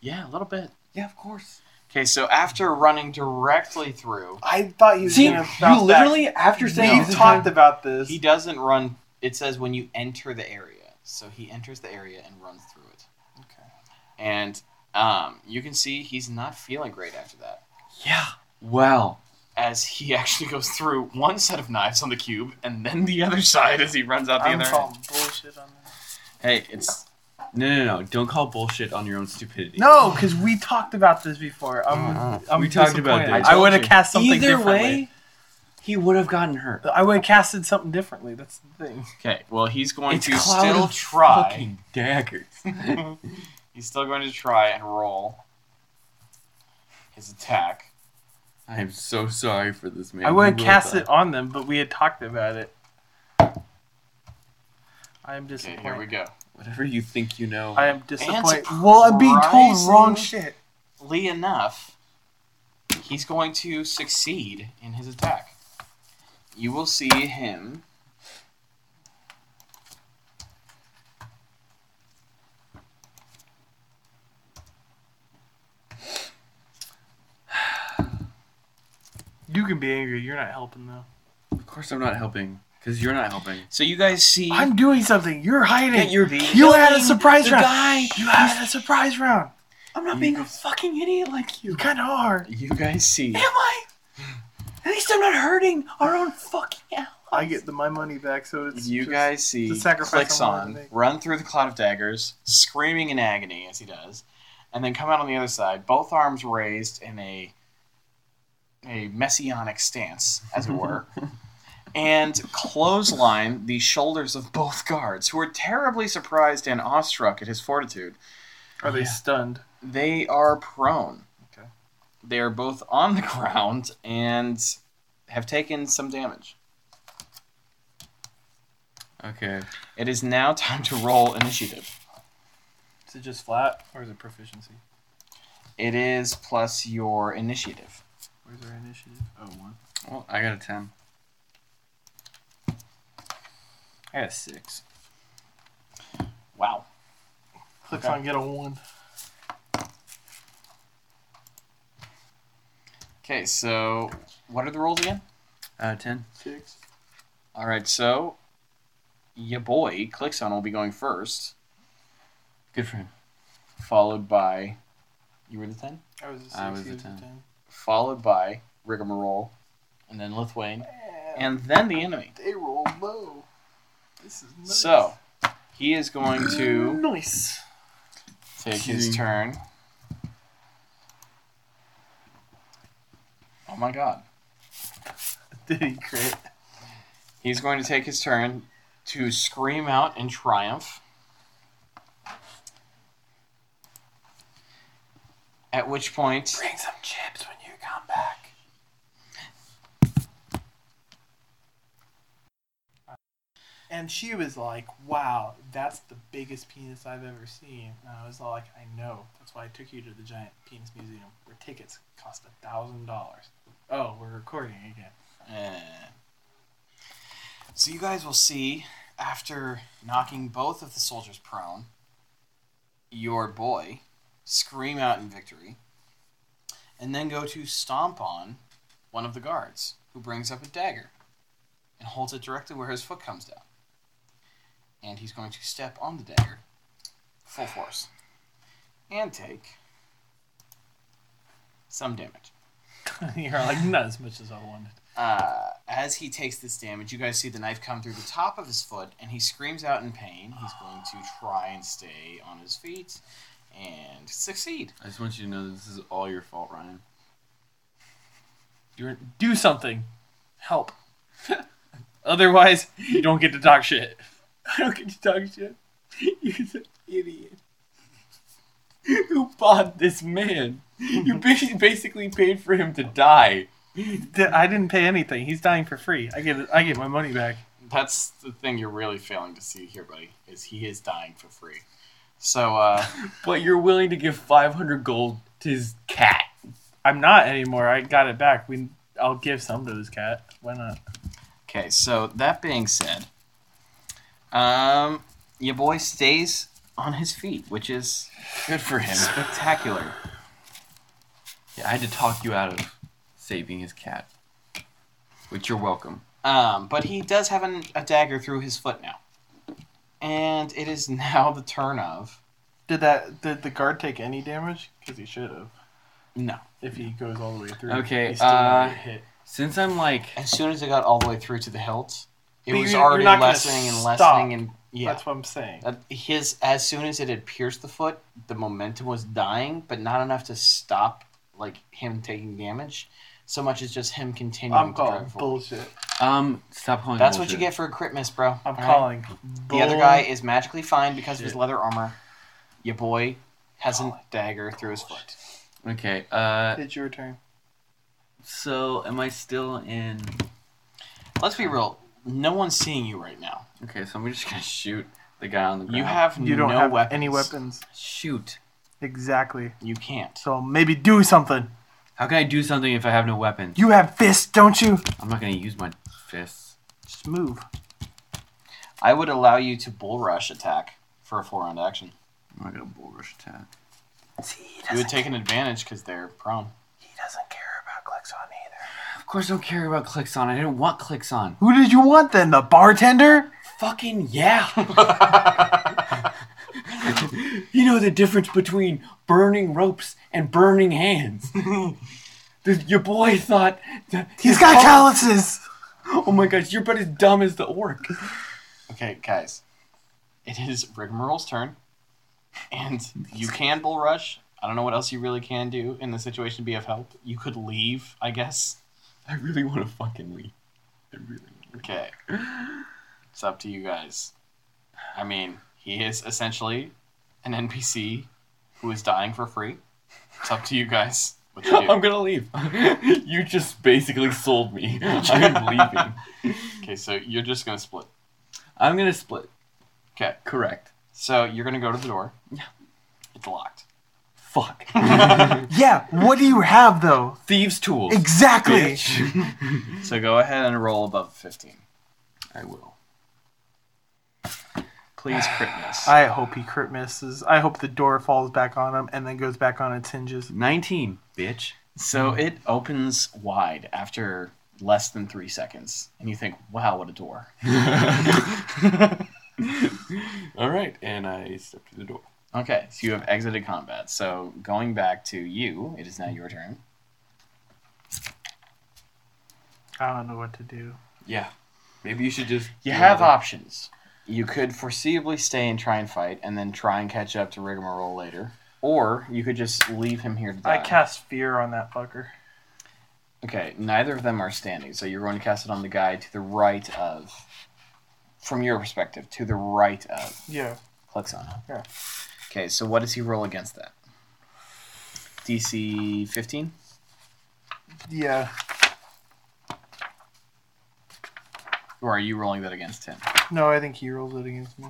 Speaker 1: yeah, a little bit.
Speaker 2: yeah, of course.
Speaker 1: Okay, so after running directly through,
Speaker 3: I thought he was
Speaker 2: See,
Speaker 3: going to
Speaker 2: you literally after saying
Speaker 3: We've
Speaker 2: this is
Speaker 3: talked
Speaker 2: how-
Speaker 3: about this.
Speaker 1: he doesn't run. It says when you enter the area, so he enters the area and runs through it.
Speaker 3: Okay.
Speaker 1: And um, you can see he's not feeling great after that,
Speaker 2: yeah. Wow.
Speaker 1: as he (laughs) actually goes through one set of knives on the cube and then the other (laughs) side as he runs out the
Speaker 3: I'm
Speaker 1: other. end.
Speaker 3: calling bullshit on that.
Speaker 1: Hey, it's
Speaker 2: No, no, no! Don't call bullshit on your own stupidity.
Speaker 3: No, because we talked about this before. I'm,
Speaker 1: Uh-uh.
Speaker 3: I'm
Speaker 2: We talked about
Speaker 3: disappointed.
Speaker 2: this.
Speaker 3: I,
Speaker 1: I
Speaker 3: would have
Speaker 1: told you.
Speaker 3: cast something
Speaker 2: Either
Speaker 3: differently.
Speaker 2: way, he would have gotten hurt.
Speaker 3: I would have casted something differently. That's the thing.
Speaker 1: Okay, well, he's going
Speaker 2: It's
Speaker 1: to
Speaker 2: Cloud
Speaker 1: still
Speaker 2: of
Speaker 1: try.
Speaker 2: Fucking daggers.
Speaker 1: (laughs) he's still going to try and roll his attack.
Speaker 2: (laughs) I am so sorry for this man.
Speaker 3: I would have
Speaker 2: You
Speaker 3: cast
Speaker 2: wrote
Speaker 3: it on them, but we had talked about it. I am
Speaker 1: Okay,
Speaker 3: disappointed.
Speaker 1: here we go.
Speaker 2: that. Whatever you think you know.
Speaker 3: I am disappointed.
Speaker 1: surprising-
Speaker 3: Well, I'm being told wrong shit.
Speaker 1: Lee enough, he's going to succeed in his attack. You will see him.
Speaker 3: You can be angry. You're not helping though.
Speaker 2: of course, I'm not helping because you're not helping.
Speaker 1: So you guys see.
Speaker 3: I'm doing something. You're hiding.
Speaker 2: being
Speaker 3: you had a surprise round.
Speaker 2: Guy.
Speaker 3: You had a surprise round.
Speaker 2: I'm not
Speaker 1: You-
Speaker 2: being a fucking idiot like
Speaker 3: You
Speaker 2: you.
Speaker 3: kind of are.
Speaker 1: You guys see.
Speaker 2: Am I? At least I'm not hurting our own fucking allies.
Speaker 3: I get the, my money back, so it's
Speaker 1: You
Speaker 3: just-
Speaker 1: guys see.
Speaker 3: it's a sacrifice
Speaker 1: Clicks
Speaker 3: I'm willing
Speaker 1: on,
Speaker 3: to make.
Speaker 1: run through the cloud of daggers, screaming in agony as he does, and then come out on the other side, both arms raised in a a messianic stance, as it
Speaker 3: (laughs)
Speaker 1: were, and clothesline the shoulders of both guards, who are terribly surprised and awestruck at his fortitude.
Speaker 3: Are they
Speaker 1: Yeah.
Speaker 3: stunned?
Speaker 1: They are prone.
Speaker 3: Okay.
Speaker 1: They are both on the ground and have taken some damage.
Speaker 2: Okay.
Speaker 1: It is now time to roll initiative.
Speaker 3: Is it just flat or is it proficiency?
Speaker 1: It is plus your initiative.
Speaker 3: Where's our initiative? Oh, one.
Speaker 2: Well, I got a ten.
Speaker 3: I got a six.
Speaker 1: Wow.
Speaker 3: Click
Speaker 1: Okay.
Speaker 3: on get a one.
Speaker 1: Okay, so what are the rolls again?
Speaker 2: Uh, ten.
Speaker 3: Six.
Speaker 1: All right, so your boy Clixon will be going first,
Speaker 2: Good for him.
Speaker 1: followed by you were the ten,
Speaker 3: I was a six.
Speaker 2: I was
Speaker 3: he
Speaker 2: a
Speaker 3: was a
Speaker 2: ten.
Speaker 3: ten.
Speaker 1: followed by Rigmarole, and then Lithwane,
Speaker 3: And
Speaker 1: and then the enemy.
Speaker 3: they roll low. This is nice.
Speaker 1: So he is going
Speaker 3: (clears throat)
Speaker 1: to
Speaker 3: nice.
Speaker 1: take his
Speaker 2: Hmm.
Speaker 1: turn. Oh my God!
Speaker 3: (laughs) Did he crit?
Speaker 1: He's going to take his turn to scream out in triumph. At which point,
Speaker 3: Bring some chips when you come back. And she was like, "Wow, that's the biggest penis I've ever seen." And I was like, "I know. That's why I took you to the giant penis museum, where tickets cost a thousand dollars." Oh, we're recording again. (laughs)
Speaker 1: Uh, So you guys will see after knocking both of the soldiers prone, your boy scream out in victory, and then go to stomp on one of the guards, who brings up a dagger and holds it directly where his foot comes down. And he's going to step on the dagger full force and take some damage.
Speaker 3: You're like, not as much as I wanted.
Speaker 1: Uh, as he takes this damage, you guys see the knife come through the top of his foot, and he screams out in pain. He's going to try and stay on his feet and succeed.
Speaker 2: I just want you to know that this is all your fault, (laughs) Ryan.
Speaker 3: You're do something, help. (laughs) Otherwise, you don't get to talk shit. (laughs) I don't get to talk shit. (laughs) You're an idiot.
Speaker 2: Who bought this man? (laughs) You ba- basically paid for him to die.
Speaker 3: I didn't pay anything. He's dying for free. I get I get my money back.
Speaker 1: That's the thing you're really failing to see here, buddy, is he is dying for free. So, uh,
Speaker 2: But you're willing to give 500 gold to his cat.
Speaker 3: I'm not anymore. I got it back. We I'll give some to this cat. Why not?
Speaker 1: okay, so that being said, um, your boy stays on his feet, which is
Speaker 2: Good for him.
Speaker 1: spectacular.
Speaker 2: Yeah, I had to talk you out of saving his cat. Which you're welcome.
Speaker 1: Um, but he does have an, a dagger through his foot now. And it is (laughs) now the turn of.
Speaker 3: Did that? Did the guard take any damage? Because he should have.
Speaker 1: No.
Speaker 3: If he goes all the way through.
Speaker 2: Okay,
Speaker 3: He's still gonna
Speaker 2: uh,
Speaker 3: get hit.
Speaker 2: Since I'm like,
Speaker 1: As soon as it got all the way through to the hilt, it
Speaker 3: But
Speaker 1: was
Speaker 3: you're- you're
Speaker 1: already
Speaker 3: not gonna
Speaker 1: lessening and
Speaker 3: stop.
Speaker 1: lessening, and yeah,
Speaker 3: That's what I'm saying.
Speaker 1: Uh, his as soon as it had pierced the foot, the momentum was dying, but not enough to stop like him taking damage, so much as just him continuing.
Speaker 3: I'm
Speaker 1: to
Speaker 3: calling
Speaker 1: drive forward.
Speaker 3: bullshit.
Speaker 2: um, stop calling.
Speaker 1: That's what
Speaker 2: bullshit.
Speaker 1: you get for a crit miss, bro. All
Speaker 3: I'm
Speaker 1: right?
Speaker 3: calling.
Speaker 1: The other guy is magically fine because of his
Speaker 2: Shit.
Speaker 1: leather armor. Your boy has a
Speaker 3: Calling
Speaker 1: dagger through his foot.
Speaker 2: Okay. Uh,
Speaker 3: It's your turn.
Speaker 2: so am I still in?
Speaker 1: Let's be real. No one's seeing you right now.
Speaker 2: Okay, so I'm just gonna shoot the guy on the ground.
Speaker 1: You have
Speaker 3: You don't
Speaker 1: no
Speaker 3: have
Speaker 1: weapons.
Speaker 3: any weapons.
Speaker 2: shoot.
Speaker 3: Exactly.
Speaker 1: You can't.
Speaker 3: So maybe do something.
Speaker 2: How can I do something if I have no weapons?
Speaker 3: You have fists, don't you?
Speaker 2: I'm not gonna use my fists.
Speaker 3: Just move.
Speaker 1: I would allow you to bull rush attack for a full round action.
Speaker 2: I'm not gonna bull rush attack.
Speaker 3: See, he
Speaker 1: You would take an advantage because they're prone.
Speaker 3: He doesn't care about Glexon either.
Speaker 2: Of course, I don't care about clicks on. I didn't want clicks on.
Speaker 3: Who did you want then? The bartender?
Speaker 2: Fucking (laughs) yeah. you know the difference between burning ropes and burning hands. The- Your boy thought that
Speaker 3: He's got calluses.
Speaker 2: Oh my gosh, you're about as dumb as the orc.
Speaker 1: okay, guys. It is Rigmarole's turn, and you can bull rush. I don't know what else you really can do in this situation to be of help. You could leave, I guess.
Speaker 2: I really want to fucking leave. I really want
Speaker 1: Okay, it's up to you guys. I mean, he is essentially an NPC who is dying for free. It's up to you guys what you do.
Speaker 2: (laughs) I'm gonna leave. (laughs) you just basically sold (laughs) me. I'm leaving.
Speaker 1: Okay, so you're just gonna split.
Speaker 2: I'm gonna split.
Speaker 1: 'Kay.
Speaker 2: Correct.
Speaker 1: So you're gonna go to the door.
Speaker 2: Yeah.
Speaker 1: It's locked.
Speaker 2: (laughs) Fuck.
Speaker 3: Yeah, what do you have though?
Speaker 2: Thieves' tools.
Speaker 3: Exactly.
Speaker 2: Bitch.
Speaker 1: So go ahead and roll above fifteen.
Speaker 2: I will.
Speaker 1: Please crit miss.
Speaker 3: I hope he crit misses. I hope the door falls back on him and then goes back on its hinges.
Speaker 2: 19,
Speaker 3: (laughs)
Speaker 2: bitch.
Speaker 1: So it opens wide after less than three seconds, and you think, "Wow, what a door!" (laughs)
Speaker 2: All right, and I step to the door.
Speaker 1: Okay, so you have exited combat. So going back to you, it is now your turn.
Speaker 3: I don't know what to do.
Speaker 2: Yeah. Maybe you should just.
Speaker 1: You
Speaker 2: do
Speaker 1: have
Speaker 2: another-
Speaker 1: options. You could foreseeably stay and try and fight, and then try and catch up to Rigmarole later, or you could just leave him here to die.
Speaker 3: I cast fear on that fucker.
Speaker 1: Okay, neither of them are standing, so you're going to cast it on the guy to the right of, from your perspective, to the right of
Speaker 3: Yeah.
Speaker 1: Klexon.
Speaker 3: Yeah.
Speaker 1: Okay, so what does he roll against that? DC 15?
Speaker 3: Yeah.
Speaker 1: Or are you rolling that against him?
Speaker 3: No, I think he rolls it against me.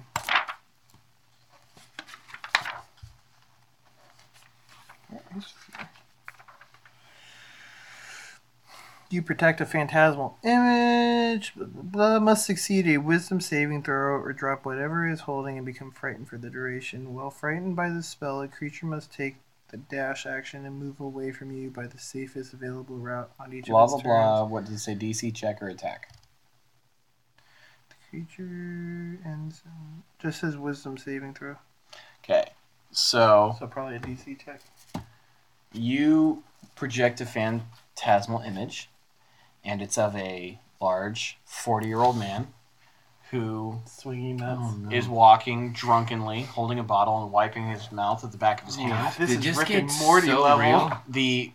Speaker 3: You protect a phantasmal image. Blah, blah, blah, must succeed a wisdom saving throw or drop whatever it is holding and become frightened for the duration. While frightened by the spell, a creature must take the dash action and move away from you by the safest available route on each
Speaker 1: Blah,
Speaker 3: of
Speaker 1: blah,
Speaker 3: its turns.
Speaker 1: blah. What did he say? DC check or attack?
Speaker 3: Creature and some- just his wisdom saving throw.
Speaker 1: Okay, so
Speaker 3: So probably a DC check.
Speaker 1: you project a phantasmal image, and it's of a large 40 year old man who
Speaker 3: Swinging
Speaker 1: is walking drunkenly, holding a bottle and wiping his mouth at the back of his hand.
Speaker 3: this
Speaker 2: Did
Speaker 3: is
Speaker 2: this
Speaker 3: Rick
Speaker 2: get
Speaker 3: and Morty
Speaker 2: so
Speaker 3: level.
Speaker 2: real?
Speaker 1: The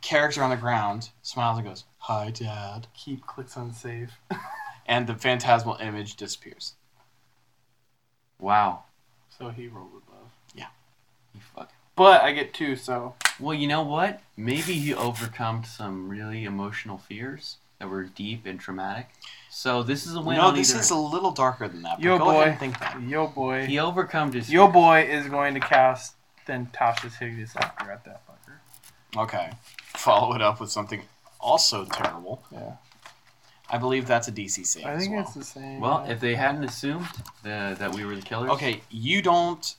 Speaker 1: character on the ground smiles and goes, "Hi, Dad,"
Speaker 3: Keep clicks on save. (laughs)
Speaker 1: and the phantasmal image disappears.
Speaker 2: Wow.
Speaker 3: So he rolled above.
Speaker 2: You fuck.
Speaker 3: But I get two, so
Speaker 2: Well, you know what? Maybe he overcome some really emotional fears that were deep and traumatic. So this is a win.
Speaker 1: no,
Speaker 2: on
Speaker 1: this
Speaker 2: either
Speaker 1: is a
Speaker 2: end.
Speaker 1: little darker than that. But
Speaker 3: Yo,
Speaker 1: go ahead
Speaker 3: boy.
Speaker 1: and think that.
Speaker 3: yo boy,
Speaker 2: He overcome his.
Speaker 3: yo boy is going to cast then Tasha's hideous laughter at that fucker.
Speaker 1: Okay, follow it up with something also terrible.
Speaker 3: Yeah.
Speaker 1: I believe that's a DC save
Speaker 3: I
Speaker 1: as
Speaker 3: think
Speaker 1: well.
Speaker 3: it's the same. uh,
Speaker 2: Well, if they hadn't assumed the, that we were the killers.
Speaker 1: Okay, you don't.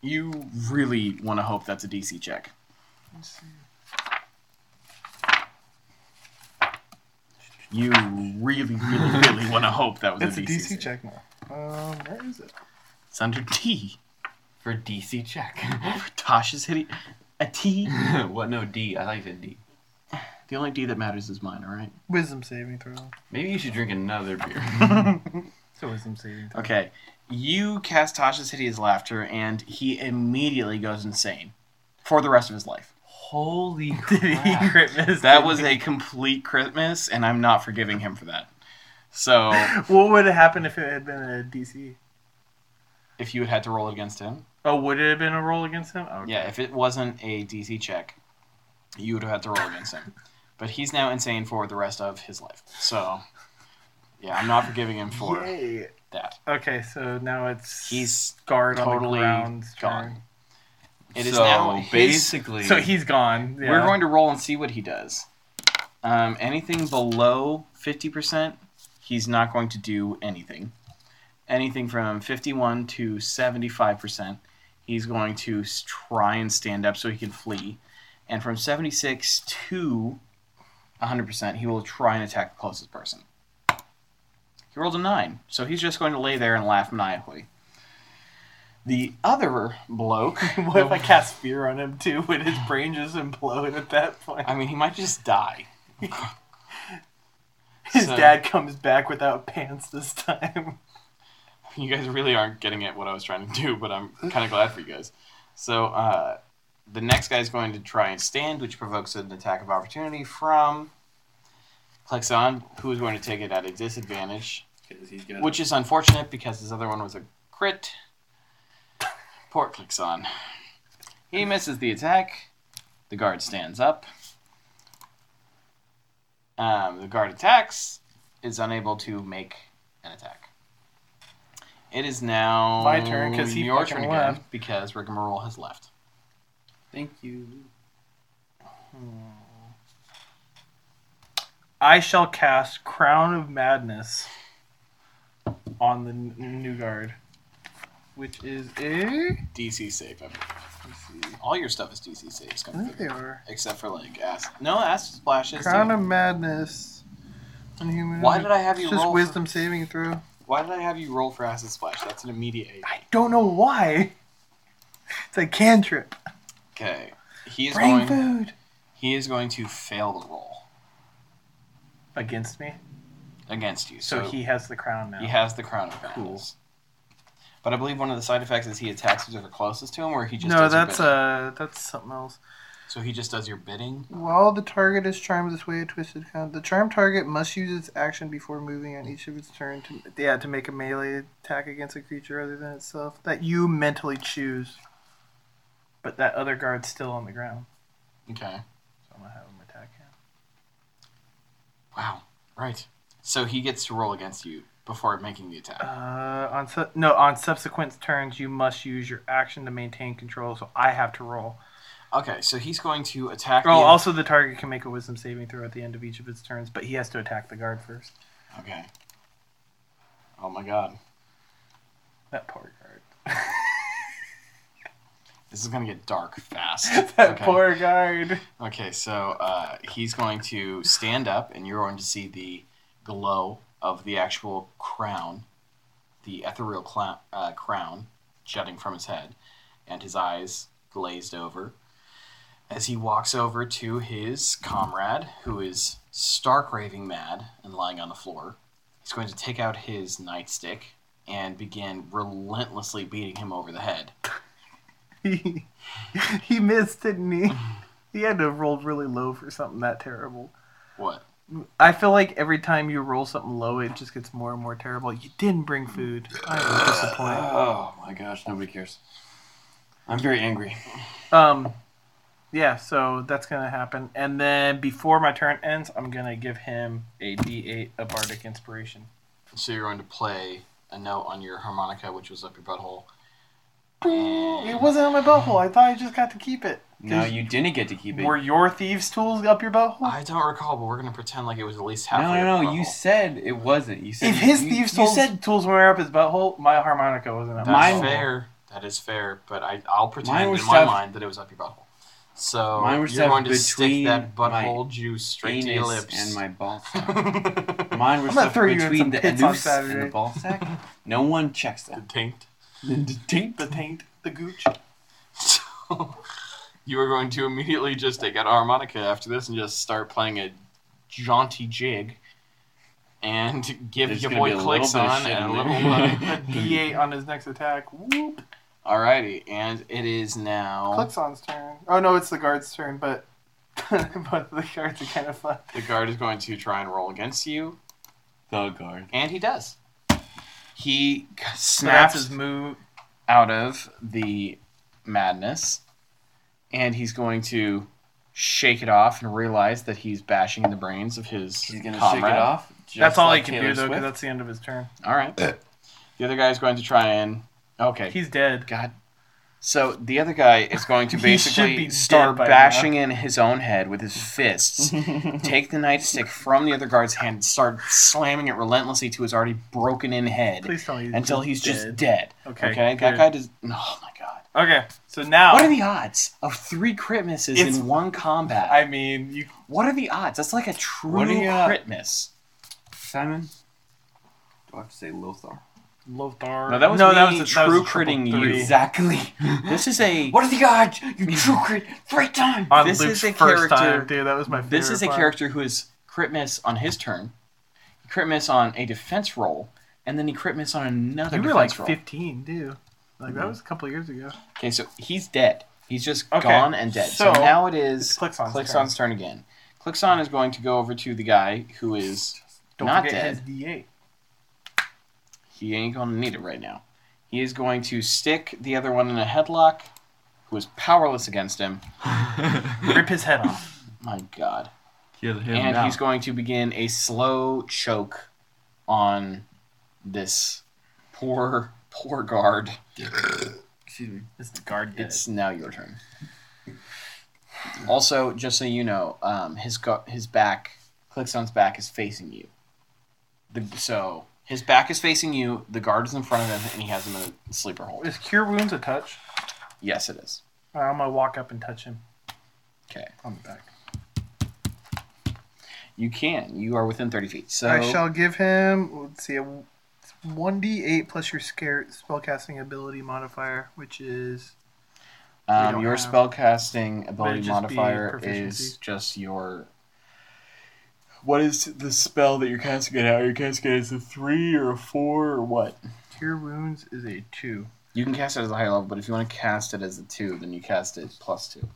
Speaker 1: You really want to hope that's a DC check. You really, really,
Speaker 3: (laughs)
Speaker 1: really want to hope that was
Speaker 3: it's
Speaker 1: a
Speaker 3: a
Speaker 1: DC,
Speaker 3: DC
Speaker 1: save.
Speaker 3: check now. Um, where is it?
Speaker 1: It's under T.
Speaker 2: For DC check. (laughs)
Speaker 1: Tasha's hitting a T.
Speaker 2: what? No, D. I thought you said D.
Speaker 1: The only D that matters is mine. All right.
Speaker 3: Wisdom saving throw.
Speaker 2: Maybe you should drink another beer.
Speaker 3: (laughs) It's a wisdom (laughs) saving throw.
Speaker 1: Okay. You cast Tasha's hideous laughter, and he immediately goes insane for the rest of his life.
Speaker 3: (laughs)
Speaker 2: Holy
Speaker 3: Did he
Speaker 2: crap.
Speaker 3: crit miss?
Speaker 1: That was a complete Christmas, and I'm not forgiving him for that. So,
Speaker 3: What would have happened if it had been a DC?
Speaker 1: if you had had to roll it against him,
Speaker 3: Oh, would it have been a roll against him? Okay.
Speaker 1: Yeah, if it wasn't a DC check, you would have had to roll against him. But he's now insane for the rest of his life. So, yeah, I'm not forgiving him for
Speaker 3: Yay.
Speaker 1: that.
Speaker 3: Okay, so now it's
Speaker 1: He's
Speaker 3: scarred on the
Speaker 1: totally
Speaker 3: ground.
Speaker 1: gone. It is
Speaker 2: so
Speaker 1: now his-
Speaker 2: basically.
Speaker 3: So he's gone. Yeah.
Speaker 1: We're going to roll and see what he does. Um, anything below 50%, he's not going to do anything. Anything from 51 to 75%, he's going to s- try and stand up so he can flee. And from 76 to 100%, he will try and attack the closest person. He rolled a 9, so he's just going to lay there and laugh maniacally. The other bloke. (laughs)
Speaker 3: What if I cast fear on him too? Would his brain just implode at that point?
Speaker 1: I mean, he might just die.
Speaker 3: His
Speaker 1: so-
Speaker 3: dad comes back without pants this time.
Speaker 1: (laughs) You guys really aren't getting at what I was trying to do, but I'm kind of glad for you guys. So, uh, The next guy is going to try and stand, which provokes an attack of opportunity from Klexon, who is going to take it at a disadvantage,
Speaker 2: because he's gonna.
Speaker 1: which is unfortunate because his other one was a crit. Poor Klexon. He misses the attack. The guard stands up. Um, the guard attacks, is unable to make an attack. It is now
Speaker 3: My turn, 'cause he
Speaker 1: your
Speaker 3: fucking
Speaker 1: turn again
Speaker 3: left.
Speaker 1: because Rigmarole has left.
Speaker 2: Thank you.
Speaker 3: I shall cast Crown of Madness on the n- new guard, which is a.
Speaker 1: DC save. I believe.
Speaker 3: Let's see.
Speaker 1: All your stuff is DC saves.
Speaker 3: I think they are.
Speaker 1: Except for like acid. No acid splashes.
Speaker 3: Crown of Madness. Inhuman.
Speaker 1: Why did I have you
Speaker 3: It's just
Speaker 1: roll?
Speaker 3: wisdom saving throw.
Speaker 1: For, why did I have you roll for acid splash? That's an immediate. eight.
Speaker 3: I don't know why. It's a cantrip.
Speaker 1: Okay. He is
Speaker 3: Bring
Speaker 1: going.
Speaker 3: food
Speaker 1: He is going to fail the roll
Speaker 3: against me.
Speaker 1: against you.
Speaker 3: So,
Speaker 1: So,
Speaker 3: he has the crown now.
Speaker 1: he has the crown of madness. But I believe one of the side effects is he attacks whoever closest to him, or he just
Speaker 3: no,
Speaker 1: does your
Speaker 3: that's
Speaker 1: bidding.
Speaker 3: uh, that's something else.
Speaker 1: so he just does your bidding.
Speaker 3: While the target is charmed this way, a twisted count. The charmed target must use its action before moving on each of its turn to yeah to make a melee attack against a creature other than itself that you mentally choose. But that other guard's still on the ground,
Speaker 1: Okay.
Speaker 3: so I'm gonna have him attack him.
Speaker 1: Wow. Right. So he gets to roll against you before making the attack.
Speaker 3: Uh, on su- no on subsequent turns, you must use your action to maintain control. So I have to roll.
Speaker 1: Okay, so he's going to attack.
Speaker 3: Oh,
Speaker 1: the-
Speaker 3: also the target can make a wisdom saving throw at the end of each of its turns, but he has to attack the guard first.
Speaker 1: Okay. Oh my god,
Speaker 3: That poor guard. (laughs)
Speaker 1: this is gonna get dark fast.
Speaker 3: (laughs) that
Speaker 1: okay.
Speaker 3: poor guard. (laughs)
Speaker 1: Okay, so uh, he's going to stand up, and you're going to see the glow of the actual crown, the ethereal cla- uh, crown, jutting from his head, and his eyes glazed over as he walks over to his comrade, who is stark raving mad and lying on the floor. He's going to take out his nightstick and begin relentlessly beating him over the head.
Speaker 3: He, he missed, didn't he? He had to have rolled really low for something that terrible.
Speaker 1: What?
Speaker 3: I feel like every time you roll something low, it just gets more and more terrible. You didn't bring food. I am disappointed.
Speaker 2: Oh my gosh, nobody cares. I'm very angry.
Speaker 3: Um, yeah, so that's gonna happen, and then before my turn ends, I'm gonna give him a D8 a bardic inspiration.
Speaker 1: So you're going to play a note on your harmonica, which was up your butthole.
Speaker 3: It wasn't on my butthole. I thought I just got to keep it.
Speaker 2: No, you didn't get to keep it.
Speaker 3: Were your thieves' tools up your butthole?
Speaker 1: I don't recall, but we're going to pretend like it was at least halfway.
Speaker 2: no, no,
Speaker 1: up
Speaker 2: no.
Speaker 1: your
Speaker 2: You
Speaker 1: butthole.
Speaker 2: said it wasn't. You said
Speaker 3: If his
Speaker 2: you,
Speaker 3: thieves'
Speaker 2: you,
Speaker 3: tools,
Speaker 2: said
Speaker 3: tools were up his butthole, my harmonica wasn't up.
Speaker 1: That's
Speaker 3: my
Speaker 2: Mine-
Speaker 3: butthole.
Speaker 1: fair. That is fair, but I, I'll pretend
Speaker 2: Mine
Speaker 1: in
Speaker 2: were
Speaker 1: my
Speaker 2: stuff-
Speaker 1: mind that it was up your butthole. So
Speaker 2: Mine were
Speaker 1: you're
Speaker 2: stuff
Speaker 1: going to stick
Speaker 2: between
Speaker 1: that
Speaker 2: my
Speaker 1: butthole juice straight to your
Speaker 2: anus
Speaker 1: lips.
Speaker 2: and my ball
Speaker 1: (laughs)
Speaker 2: sack.
Speaker 1: my
Speaker 2: (laughs) Mine were
Speaker 3: I'm gonna
Speaker 2: stuff
Speaker 3: throw you in some
Speaker 2: between the
Speaker 3: pits on
Speaker 2: anus and the
Speaker 3: Saturday.
Speaker 2: ball (laughs) sack. No one checks
Speaker 1: the
Speaker 2: that.
Speaker 1: taint,
Speaker 2: (laughs) The taint.
Speaker 1: the taint, the
Speaker 3: (laughs)
Speaker 1: gooch. So (laughs) you are going to immediately just take out a harmonica after this and just start playing a jaunty jig, and give
Speaker 2: There's
Speaker 1: your
Speaker 2: gonna
Speaker 1: boy
Speaker 2: be a little
Speaker 1: clicks
Speaker 2: bit of
Speaker 1: on
Speaker 2: shit
Speaker 1: and a
Speaker 2: in
Speaker 1: little.
Speaker 2: there. (laughs)
Speaker 1: uh,
Speaker 3: A D8 on his next attack. Whoop.
Speaker 1: Alrighty, and it is now
Speaker 3: Clixon's turn. Oh no, it's the guard's turn, but (laughs) but the guards are kind of fun.
Speaker 1: the guard is going to try and roll against you,
Speaker 2: The guard.
Speaker 1: and he does. He
Speaker 3: Snaps
Speaker 1: snaps
Speaker 3: his move.
Speaker 1: out of the madness, and he's going to shake it off and realize that he's bashing the brains of his
Speaker 2: He's gonna shake
Speaker 1: comrade.
Speaker 2: it off. Just
Speaker 3: That's all
Speaker 2: like
Speaker 3: he can
Speaker 2: Taylor
Speaker 3: do though, because
Speaker 2: Swift.
Speaker 3: that's the end of his turn.
Speaker 1: All right. the other guy's going to try and okay.
Speaker 3: He's dead.
Speaker 1: God. So the other guy is going to
Speaker 3: He should
Speaker 1: basically
Speaker 3: be
Speaker 1: start
Speaker 3: dead by
Speaker 1: bashing in his own head with his
Speaker 2: (laughs)
Speaker 1: fists, take the nightstick from the other guard's hand, and start slamming it relentlessly to his already broken in head
Speaker 3: Please tell me he's
Speaker 1: until he's just dead.
Speaker 3: Okay.
Speaker 1: Okay, that
Speaker 3: good.
Speaker 1: guy does. Oh my god!
Speaker 3: Okay. So now.
Speaker 1: What are the odds of three crit misses
Speaker 3: It's-
Speaker 1: in one combat?
Speaker 3: I mean, you
Speaker 1: what are the odds? That's like a true
Speaker 2: What are the odds?
Speaker 1: crit miss.
Speaker 2: Simon. Do I have to say (laughs) Lothar?
Speaker 3: Lothar.
Speaker 1: No, that was me
Speaker 3: a- that was
Speaker 1: true
Speaker 3: a triple
Speaker 1: critting you.
Speaker 3: three.
Speaker 2: Exactly.
Speaker 1: This is a
Speaker 2: what are the odds? You true crit three (laughs) times.
Speaker 3: On
Speaker 1: This
Speaker 3: Luke's
Speaker 1: is a character-
Speaker 3: first time, dude. That was my. Favorite
Speaker 1: This is a
Speaker 3: part.
Speaker 1: character who is crit miss on his turn, crit miss on a defense roll, and then he crit miss on another
Speaker 3: You were like
Speaker 1: defense roll. Mm.
Speaker 3: 15, dude. Like that was a couple years ago.
Speaker 1: Okay, so he's dead. He's just
Speaker 3: Okay,
Speaker 1: gone and dead. So,
Speaker 3: so
Speaker 1: now it is
Speaker 3: it's Clixon's
Speaker 1: Clixon's turn again. Clixon is going to go over to the guy who is
Speaker 3: Don't
Speaker 1: not
Speaker 3: forget
Speaker 1: dead.
Speaker 3: his D8.
Speaker 1: He ain't going to need it right now. He is going to stick the other one in a headlock, who is powerless against him.
Speaker 3: Rip his head off.
Speaker 1: My God.
Speaker 2: Kill him
Speaker 1: and
Speaker 2: now.
Speaker 1: he's going to begin a slow choke on this poor, poor guard.
Speaker 2: Excuse me.
Speaker 3: Is the guard dead?
Speaker 1: It's now your turn. Also, just so you know, um, his gu- his back, Clixon's back is facing you. The, so his back is facing you. The guard is in front of him, and he has him in a sleeper hold.
Speaker 3: Is cure wounds a touch?
Speaker 1: Yes, it is.
Speaker 3: All right, I'm gonna walk up and touch him
Speaker 1: Okay,
Speaker 3: on the back.
Speaker 1: you can. You are within thirty feet. So
Speaker 3: I shall give him. Let's see, a one d eight plus your scare spellcasting ability modifier, which is we
Speaker 1: um,
Speaker 3: don't
Speaker 1: your
Speaker 3: have-
Speaker 1: spellcasting ability
Speaker 3: just be
Speaker 1: modifier is
Speaker 3: proficiency.
Speaker 1: just your. What is the spell that you're casting it out? You're casting it as a three or a four or what?
Speaker 3: cure wounds is a two.
Speaker 1: You can cast it as a higher level, but if you want to cast it as a two, then you cast it plus two.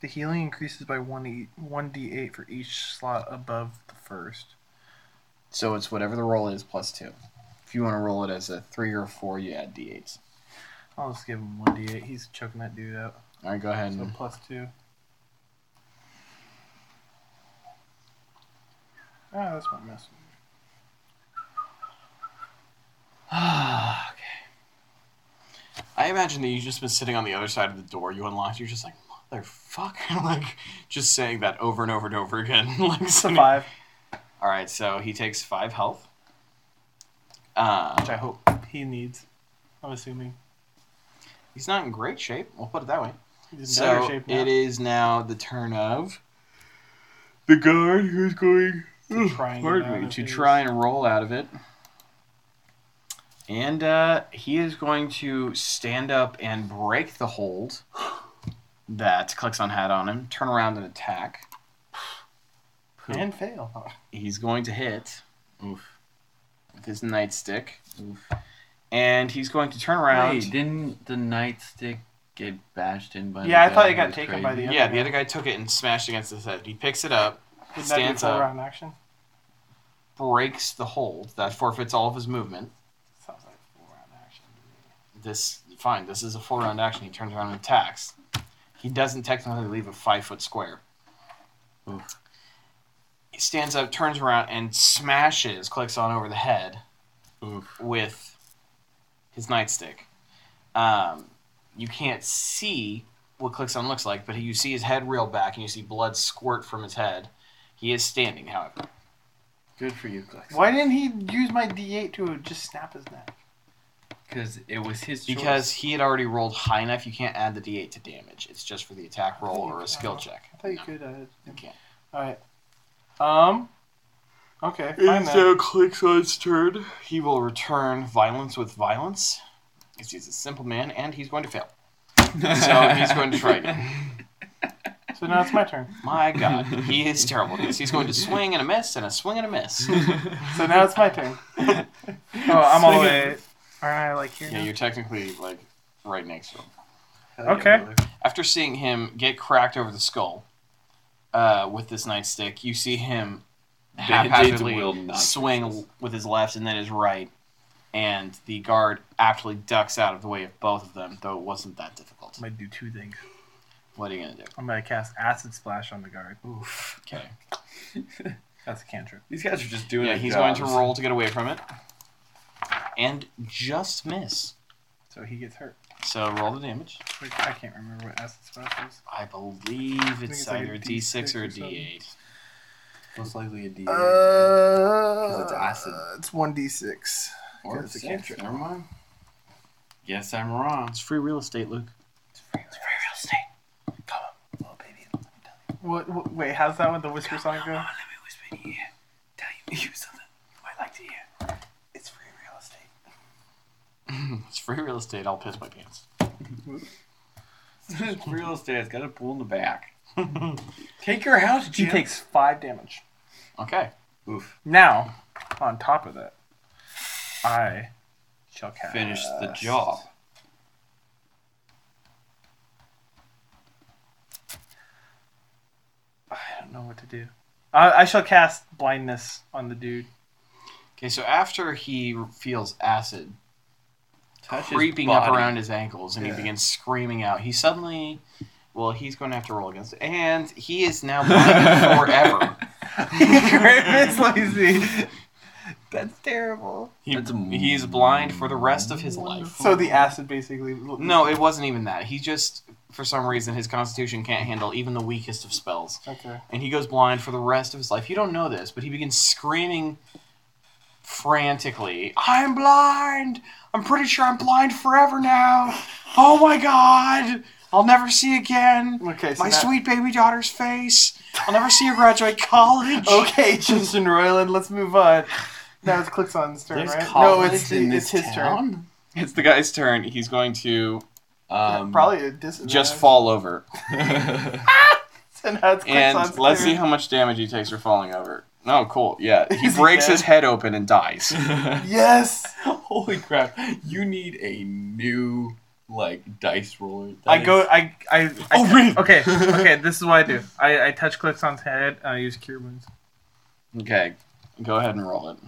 Speaker 3: The healing increases by one e one d eight for each slot above the first.
Speaker 1: So it's whatever the roll is plus two. If you want to roll it as a three or a four, you add d8s.
Speaker 3: I'll just give him one d eight. He's choking that dude out.
Speaker 1: All right, go ahead.
Speaker 2: (sighs)
Speaker 3: So
Speaker 1: And,
Speaker 3: plus two. Ah, that's my mess.
Speaker 1: okay.
Speaker 2: I imagine that you've just been sitting on the other side of the door you unlocked. You're just like, motherfucker. (laughs) like, just saying that over and over and over again. (laughs) like,
Speaker 3: It's a
Speaker 2: sitting-
Speaker 3: five.
Speaker 2: All right, so he takes five health. Uh,
Speaker 3: which I hope he needs. I'm assuming.
Speaker 1: He's not in great shape. We'll put it that way.
Speaker 3: He's in better
Speaker 1: So
Speaker 3: shape now.
Speaker 1: it is now the turn of the guard who's going
Speaker 3: To try and get out
Speaker 1: pardon me,
Speaker 3: of
Speaker 1: to
Speaker 3: his-
Speaker 1: try and roll out of it. And uh, he is going to stand up and break the hold that Clixon had on him, turn around and attack.
Speaker 2: poop.
Speaker 3: (laughs) And fail. (laughs)
Speaker 1: He's going to hit
Speaker 2: Oof.
Speaker 1: with his nightstick.
Speaker 2: Oof.
Speaker 1: And he's going to turn around.
Speaker 2: Wait, didn't the nightstick get bashed in by? the
Speaker 3: Yeah, I
Speaker 2: guy
Speaker 3: thought it
Speaker 2: who
Speaker 3: got
Speaker 2: was crazy?
Speaker 3: taken by the-
Speaker 1: yeah, the other guy took it and smashed against his head. He picks it up,
Speaker 3: Wouldn't that be
Speaker 1: stands
Speaker 3: full
Speaker 1: up,
Speaker 3: round action?
Speaker 1: breaks the hold. That forfeits all of his movement.
Speaker 3: Sounds like full round action.
Speaker 1: this fine. This is a full round action. He turns around and attacks. He doesn't technically leave a five foot square.
Speaker 3: Hmm.
Speaker 2: Oof.
Speaker 1: He stands up, turns around, and smashes clicks on over the head
Speaker 2: Oof.
Speaker 1: with his nightstick. Um, you can't see what Clixon looks like, but you see his head reel back and you see blood squirt from his head. He is standing, however.
Speaker 2: Good for you, Clix.
Speaker 3: Why didn't he use my D8 to just snap his neck?
Speaker 2: Because it was his choice.
Speaker 1: Because he had already rolled high enough, you can't add the d8 to damage. It's just for the attack roll or a skill check.
Speaker 3: I thought you
Speaker 1: No,
Speaker 3: could. Uh,
Speaker 1: you can't.
Speaker 3: Alright. Um. Okay, fine then.
Speaker 1: Clixon's turn. oh, He will return violence with violence. Because he's a simple man and he's going to fail.
Speaker 2: (laughs)
Speaker 1: So he's going to try again.
Speaker 3: So now it's my turn.
Speaker 1: My god, he is terrible at this. He's going to swing and a miss and a swing and a
Speaker 2: (laughs)
Speaker 1: miss.
Speaker 3: (laughs) So now it's my turn. (laughs) Oh, I'm all the way. (laughs) Aren't I like here?
Speaker 1: Yeah,
Speaker 3: now?
Speaker 1: you're technically like right next to him.
Speaker 3: Okay.
Speaker 1: After seeing him get cracked over the skull uh, with this nightstick, you see him haphazardly
Speaker 2: will not
Speaker 1: swing with his left and then his right, and the guard aptly ducks out of the way of both of them, though it wasn't that difficult.
Speaker 3: I'm gonna do two things.
Speaker 1: What are you gonna do?
Speaker 3: I'm gonna cast Acid Splash on the guard.
Speaker 1: Okay.
Speaker 3: That's a cantrip.
Speaker 2: These guys are just doing.
Speaker 1: Yeah,
Speaker 2: their
Speaker 1: he's going
Speaker 2: jobs.
Speaker 1: to roll to get away from it, and just miss.
Speaker 3: So he gets hurt.
Speaker 1: So roll the damage.
Speaker 3: Wait, I can't remember what Acid Splash is.
Speaker 1: I believe it's,
Speaker 3: it's like
Speaker 1: either
Speaker 3: a
Speaker 1: a D6 or a
Speaker 3: D6 or something.
Speaker 1: D8.
Speaker 2: Most likely a D.
Speaker 3: Uh,
Speaker 2: it's acid.
Speaker 3: It's one d six.
Speaker 2: or
Speaker 3: it's a
Speaker 2: six,
Speaker 3: cantrip.
Speaker 2: Never mind. Guess I'm wrong.
Speaker 1: It's free real estate, Luke.
Speaker 3: What, what? Wait, how's that with the whisper song go? (laughs)
Speaker 1: It's free real estate. I'll piss my pants.
Speaker 2: (laughs) real estate. It's got a pool in the back. Take your house,
Speaker 3: She
Speaker 2: Jim.
Speaker 3: takes five damage.
Speaker 1: Okay.
Speaker 2: Oof.
Speaker 3: Now, on top of that, I shall cast
Speaker 2: Finish the job.
Speaker 3: don't know what to do. I, I shall cast blindness on the dude. (laughs)
Speaker 1: Okay, so after he feels acid
Speaker 2: Touch his
Speaker 1: creeping up
Speaker 2: body.
Speaker 1: around his ankles and
Speaker 2: Yeah.
Speaker 1: he begins screaming out, he suddenly, well, he's going to have to roll against it. And he is now blind (laughs) forever.
Speaker 3: Grimace, let me see.
Speaker 2: That's terrible.
Speaker 1: He,
Speaker 2: That's m-
Speaker 1: he's blind for the rest of his life.
Speaker 3: So the acid basically.
Speaker 1: No, it wasn't even that. He just, for some reason, his constitution can't handle even the weakest of spells.
Speaker 3: Okay.
Speaker 1: and he goes blind for the rest of his life. You don't know this, but he begins screaming frantically, I'm blind! I'm pretty sure I'm blind forever now! Oh my god! I'll never see again!
Speaker 3: Okay. So
Speaker 1: My
Speaker 3: now-
Speaker 1: sweet baby daughter's face! I'll never see her graduate college!
Speaker 3: (laughs) Okay, Justin Roiland, let's move on. Now it's Clixon's turn,
Speaker 2: There's
Speaker 3: right?
Speaker 2: college
Speaker 3: no, it's
Speaker 2: in
Speaker 3: it's
Speaker 2: this
Speaker 3: his turn.
Speaker 2: town?
Speaker 1: It's the guy's turn. He's going to um, (laughs)
Speaker 2: (laughs)
Speaker 3: Probably a disadvantage.
Speaker 1: just
Speaker 3: (laughs)
Speaker 1: fall over.
Speaker 3: And, now it's
Speaker 1: And
Speaker 3: Clixon's
Speaker 1: let's see
Speaker 3: turn.
Speaker 1: how much damage he takes for falling over. Oh, cool. Yeah. He
Speaker 3: (laughs) Is he
Speaker 1: breaks
Speaker 3: dead?
Speaker 1: his head open and dies.
Speaker 3: Yes,
Speaker 2: Holy crap! You need a new like dice roller. That
Speaker 3: I go.
Speaker 2: is-
Speaker 3: I I. I
Speaker 2: Oh, really?
Speaker 3: Okay, okay. This is what I do. I, I touch Clixon's head and I use Cure Wounds.
Speaker 1: Okay, go ahead and roll it.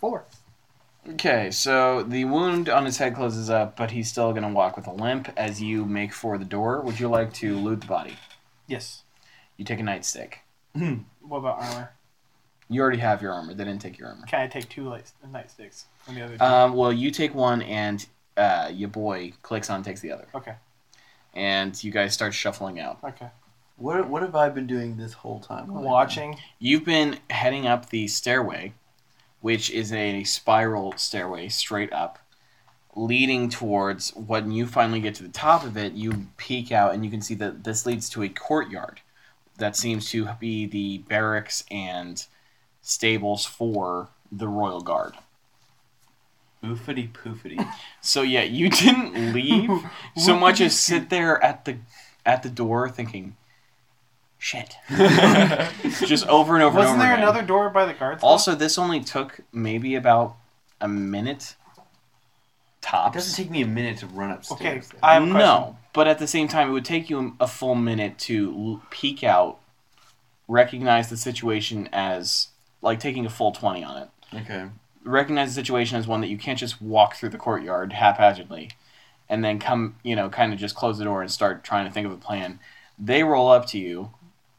Speaker 3: Four.
Speaker 1: Okay, so the wound on his head closes up, but he's still gonna walk with a limp as you make for the door. Would you like to loot the body?
Speaker 3: Yes.
Speaker 1: You take a nightstick.
Speaker 3: What about armor?
Speaker 1: You already have your armor. They didn't take your armor.
Speaker 3: Can I take two light nightsticks from the other?
Speaker 1: Um, well, you take one, and uh, your boy clicks on takes the other,
Speaker 3: okay.
Speaker 1: and you guys start shuffling out.
Speaker 3: Okay.
Speaker 2: What what have I been doing this whole time?
Speaker 3: Watching.
Speaker 1: You've been heading up the stairway, which is a spiral stairway straight up, leading towards when you finally get to the top of it, you peek out and you can see that this leads to a courtyard that seems to be the barracks and stables for the royal guard.
Speaker 2: Oofity
Speaker 3: (laughs)
Speaker 2: poofity.
Speaker 1: So yeah, you (laughs) didn't leave so much as sit there at the at the door thinking
Speaker 3: (laughs)
Speaker 1: shit. Just over and over and over
Speaker 3: Wasn't there
Speaker 1: again.
Speaker 3: another door by the guards?
Speaker 1: Also, this only took maybe about a minute
Speaker 2: it
Speaker 1: tops.
Speaker 2: doesn't take me a minute to run upstairs.
Speaker 3: Okay, I have a
Speaker 1: no, but at the same time, it would take you a full minute to l- peek out, recognize the situation as like taking a full twenty on it.
Speaker 2: okay.
Speaker 1: Recognize the situation as one that you can't just walk through the courtyard haphazardly, and then come, you know, kind of just close the door and start trying to think of a plan. They roll up to you.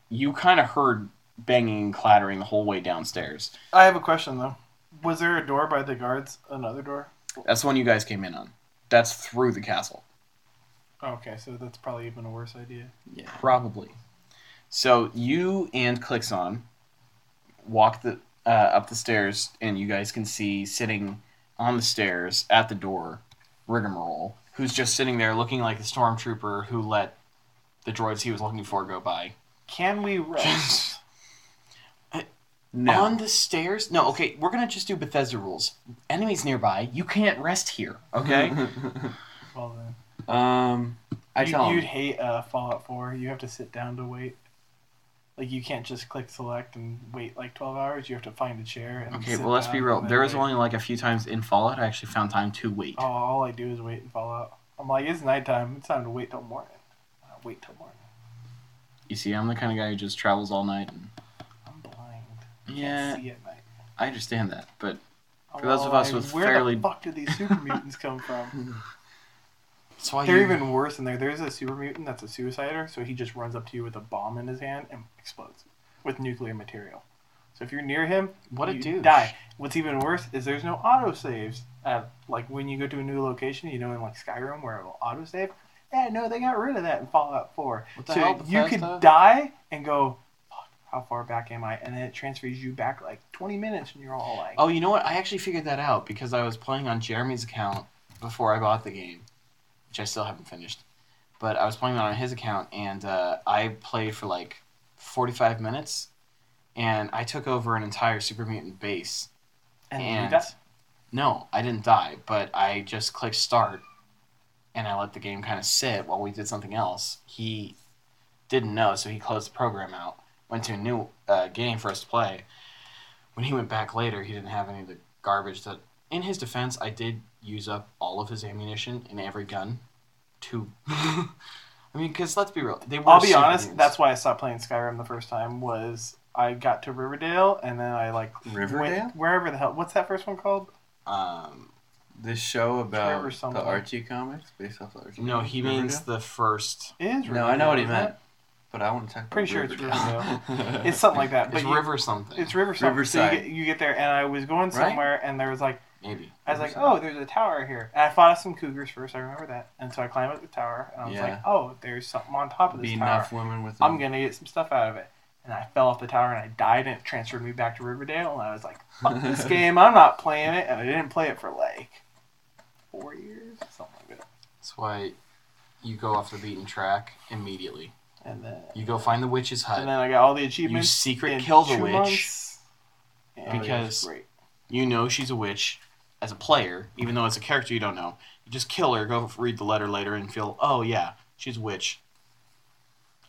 Speaker 1: You kind of heard banging and clattering the whole way downstairs.
Speaker 3: I have a question though. Was there a door by the guards? Another door?
Speaker 1: That's the one you guys came in on. That's through the castle.
Speaker 3: Oh, okay, so that's probably even a worse idea.
Speaker 2: Yeah.
Speaker 1: Probably. So you and Clixon walk the uh, up the stairs, and you guys can see sitting on the stairs at the door, Rigmarole, who's just sitting there looking like the stormtrooper who let the droids he was looking for go (laughs) by.
Speaker 3: Can
Speaker 1: (laughs)
Speaker 3: we rest?
Speaker 2: No.
Speaker 1: On the stairs? No, okay, we're gonna just do Bethesda rules. Enemies nearby, you can't rest here,
Speaker 3: (laughs)
Speaker 1: okay?
Speaker 3: well then.
Speaker 2: um. I
Speaker 3: you,
Speaker 2: tell
Speaker 3: would
Speaker 2: 'em,
Speaker 3: hate uh, Fallout 4. You have to sit down to wait. Like you can't just click select and wait like 12 hours. You have to find a chair.
Speaker 1: (laughs)
Speaker 3: And
Speaker 1: okay,
Speaker 3: sit
Speaker 1: well, let's
Speaker 3: down
Speaker 1: be real.
Speaker 3: and then
Speaker 1: There was
Speaker 3: wait.
Speaker 1: only like a few times in Fallout I actually found time to wait.
Speaker 3: Oh, all I do is wait and Fallout. I'm like, it's nighttime. It's time to wait till morning. Uh, wait till morning.
Speaker 1: You see, I'm the kind of guy who just travels all night. And...
Speaker 3: I'm blind.
Speaker 1: Yeah,
Speaker 3: Can't see at night.
Speaker 1: I understand that, but
Speaker 3: I'm
Speaker 1: For those of
Speaker 3: all
Speaker 1: us with
Speaker 3: where
Speaker 1: fairly-
Speaker 3: the fuck do
Speaker 1: (laughs)
Speaker 3: these super mutants come from?
Speaker 1: that's why
Speaker 3: They're even worse than there. There's a super mutant that's a suicider, so he just runs up to you with a bomb in his hand and explodes with nuclear material. So if you're near him,
Speaker 1: What a
Speaker 3: you
Speaker 1: douche.
Speaker 3: Die. What's even worse is there's no auto saves. Uh, like when you go to a new location, you know, in like Skyrim where it'll auto save. Yeah, no, they got rid of that in Fallout 4.
Speaker 1: What the
Speaker 3: So
Speaker 1: hell,
Speaker 3: you could
Speaker 1: Bethesda?
Speaker 3: die and go, "Fuck, how far back am I? And then it transfers you back like 20 minutes, and you're all like,
Speaker 1: Oh, you know what? I actually figured that out because I was playing on Jeremy's account before I bought the game, which I still haven't finished. But I was playing that on his account, and uh, I played for like 45 minutes, and I took over an entire Super Mutant base.
Speaker 3: and, you
Speaker 1: and
Speaker 3: die.
Speaker 1: no, I didn't die, but I just clicked start, and I let the game kind of sit while we did something else. He didn't know, so he closed the program out. Went to a new uh, game for us to play. When he went back later, he didn't have any of the garbage that. In his defense, I did use up all of his ammunition in every gun to. (laughs) I mean, because let's be real. They were
Speaker 3: I'll be honest.
Speaker 1: souvenirs.
Speaker 3: That's why I stopped playing Skyrim the first time. Was I got to Riverdale and then I like
Speaker 5: Riverdale?
Speaker 3: went wherever the hell. What's that first one called?
Speaker 1: Um,
Speaker 2: This show about
Speaker 3: Trevor
Speaker 2: the
Speaker 3: something.
Speaker 2: Archie comics, based off the Archie.
Speaker 1: no,
Speaker 2: comics,
Speaker 1: he means
Speaker 2: Riverdale?
Speaker 1: the first.
Speaker 3: It is.
Speaker 2: No, I know what he
Speaker 3: Riverdale, isn't
Speaker 2: meant, but I want to talk. About
Speaker 3: Pretty sure it's
Speaker 2: Riverdale. (laughs)
Speaker 3: it? It's something like that. But
Speaker 1: It's
Speaker 3: you-
Speaker 1: River something.
Speaker 3: It's Riverside.
Speaker 2: Riverside.
Speaker 3: So you get, you get there, and I was going somewhere, and there was like
Speaker 1: Maybe.
Speaker 3: I was like,
Speaker 2: Riverside.
Speaker 3: oh, there's a tower here, and I fought off some cougars first. I remember that, and so I climbed up the tower, and I was
Speaker 2: Yeah.
Speaker 3: like, oh, there's something on top of this
Speaker 2: Beating
Speaker 3: tower.
Speaker 2: off women with.
Speaker 3: I'm gonna get some stuff out of it. And I fell off the tower and I died, and it transferred me back to Riverdale. And I was like,
Speaker 1: (laughs)
Speaker 3: fuck this game, I'm not playing it. And I didn't play it for like four years, something like that.
Speaker 1: That's why you go off the beaten track immediately.
Speaker 3: And then,
Speaker 1: You go find the witch's
Speaker 3: and
Speaker 1: hut.
Speaker 3: then I got all the
Speaker 1: You
Speaker 3: achievements.
Speaker 1: secret
Speaker 3: in
Speaker 1: kill the
Speaker 3: two
Speaker 1: witch.
Speaker 3: months. And it was
Speaker 1: because-
Speaker 3: great.
Speaker 1: You know she's a witch as a player, even though it's a character you don't know. You just kill her, go read the letter later, and feel, oh yeah, she's a witch.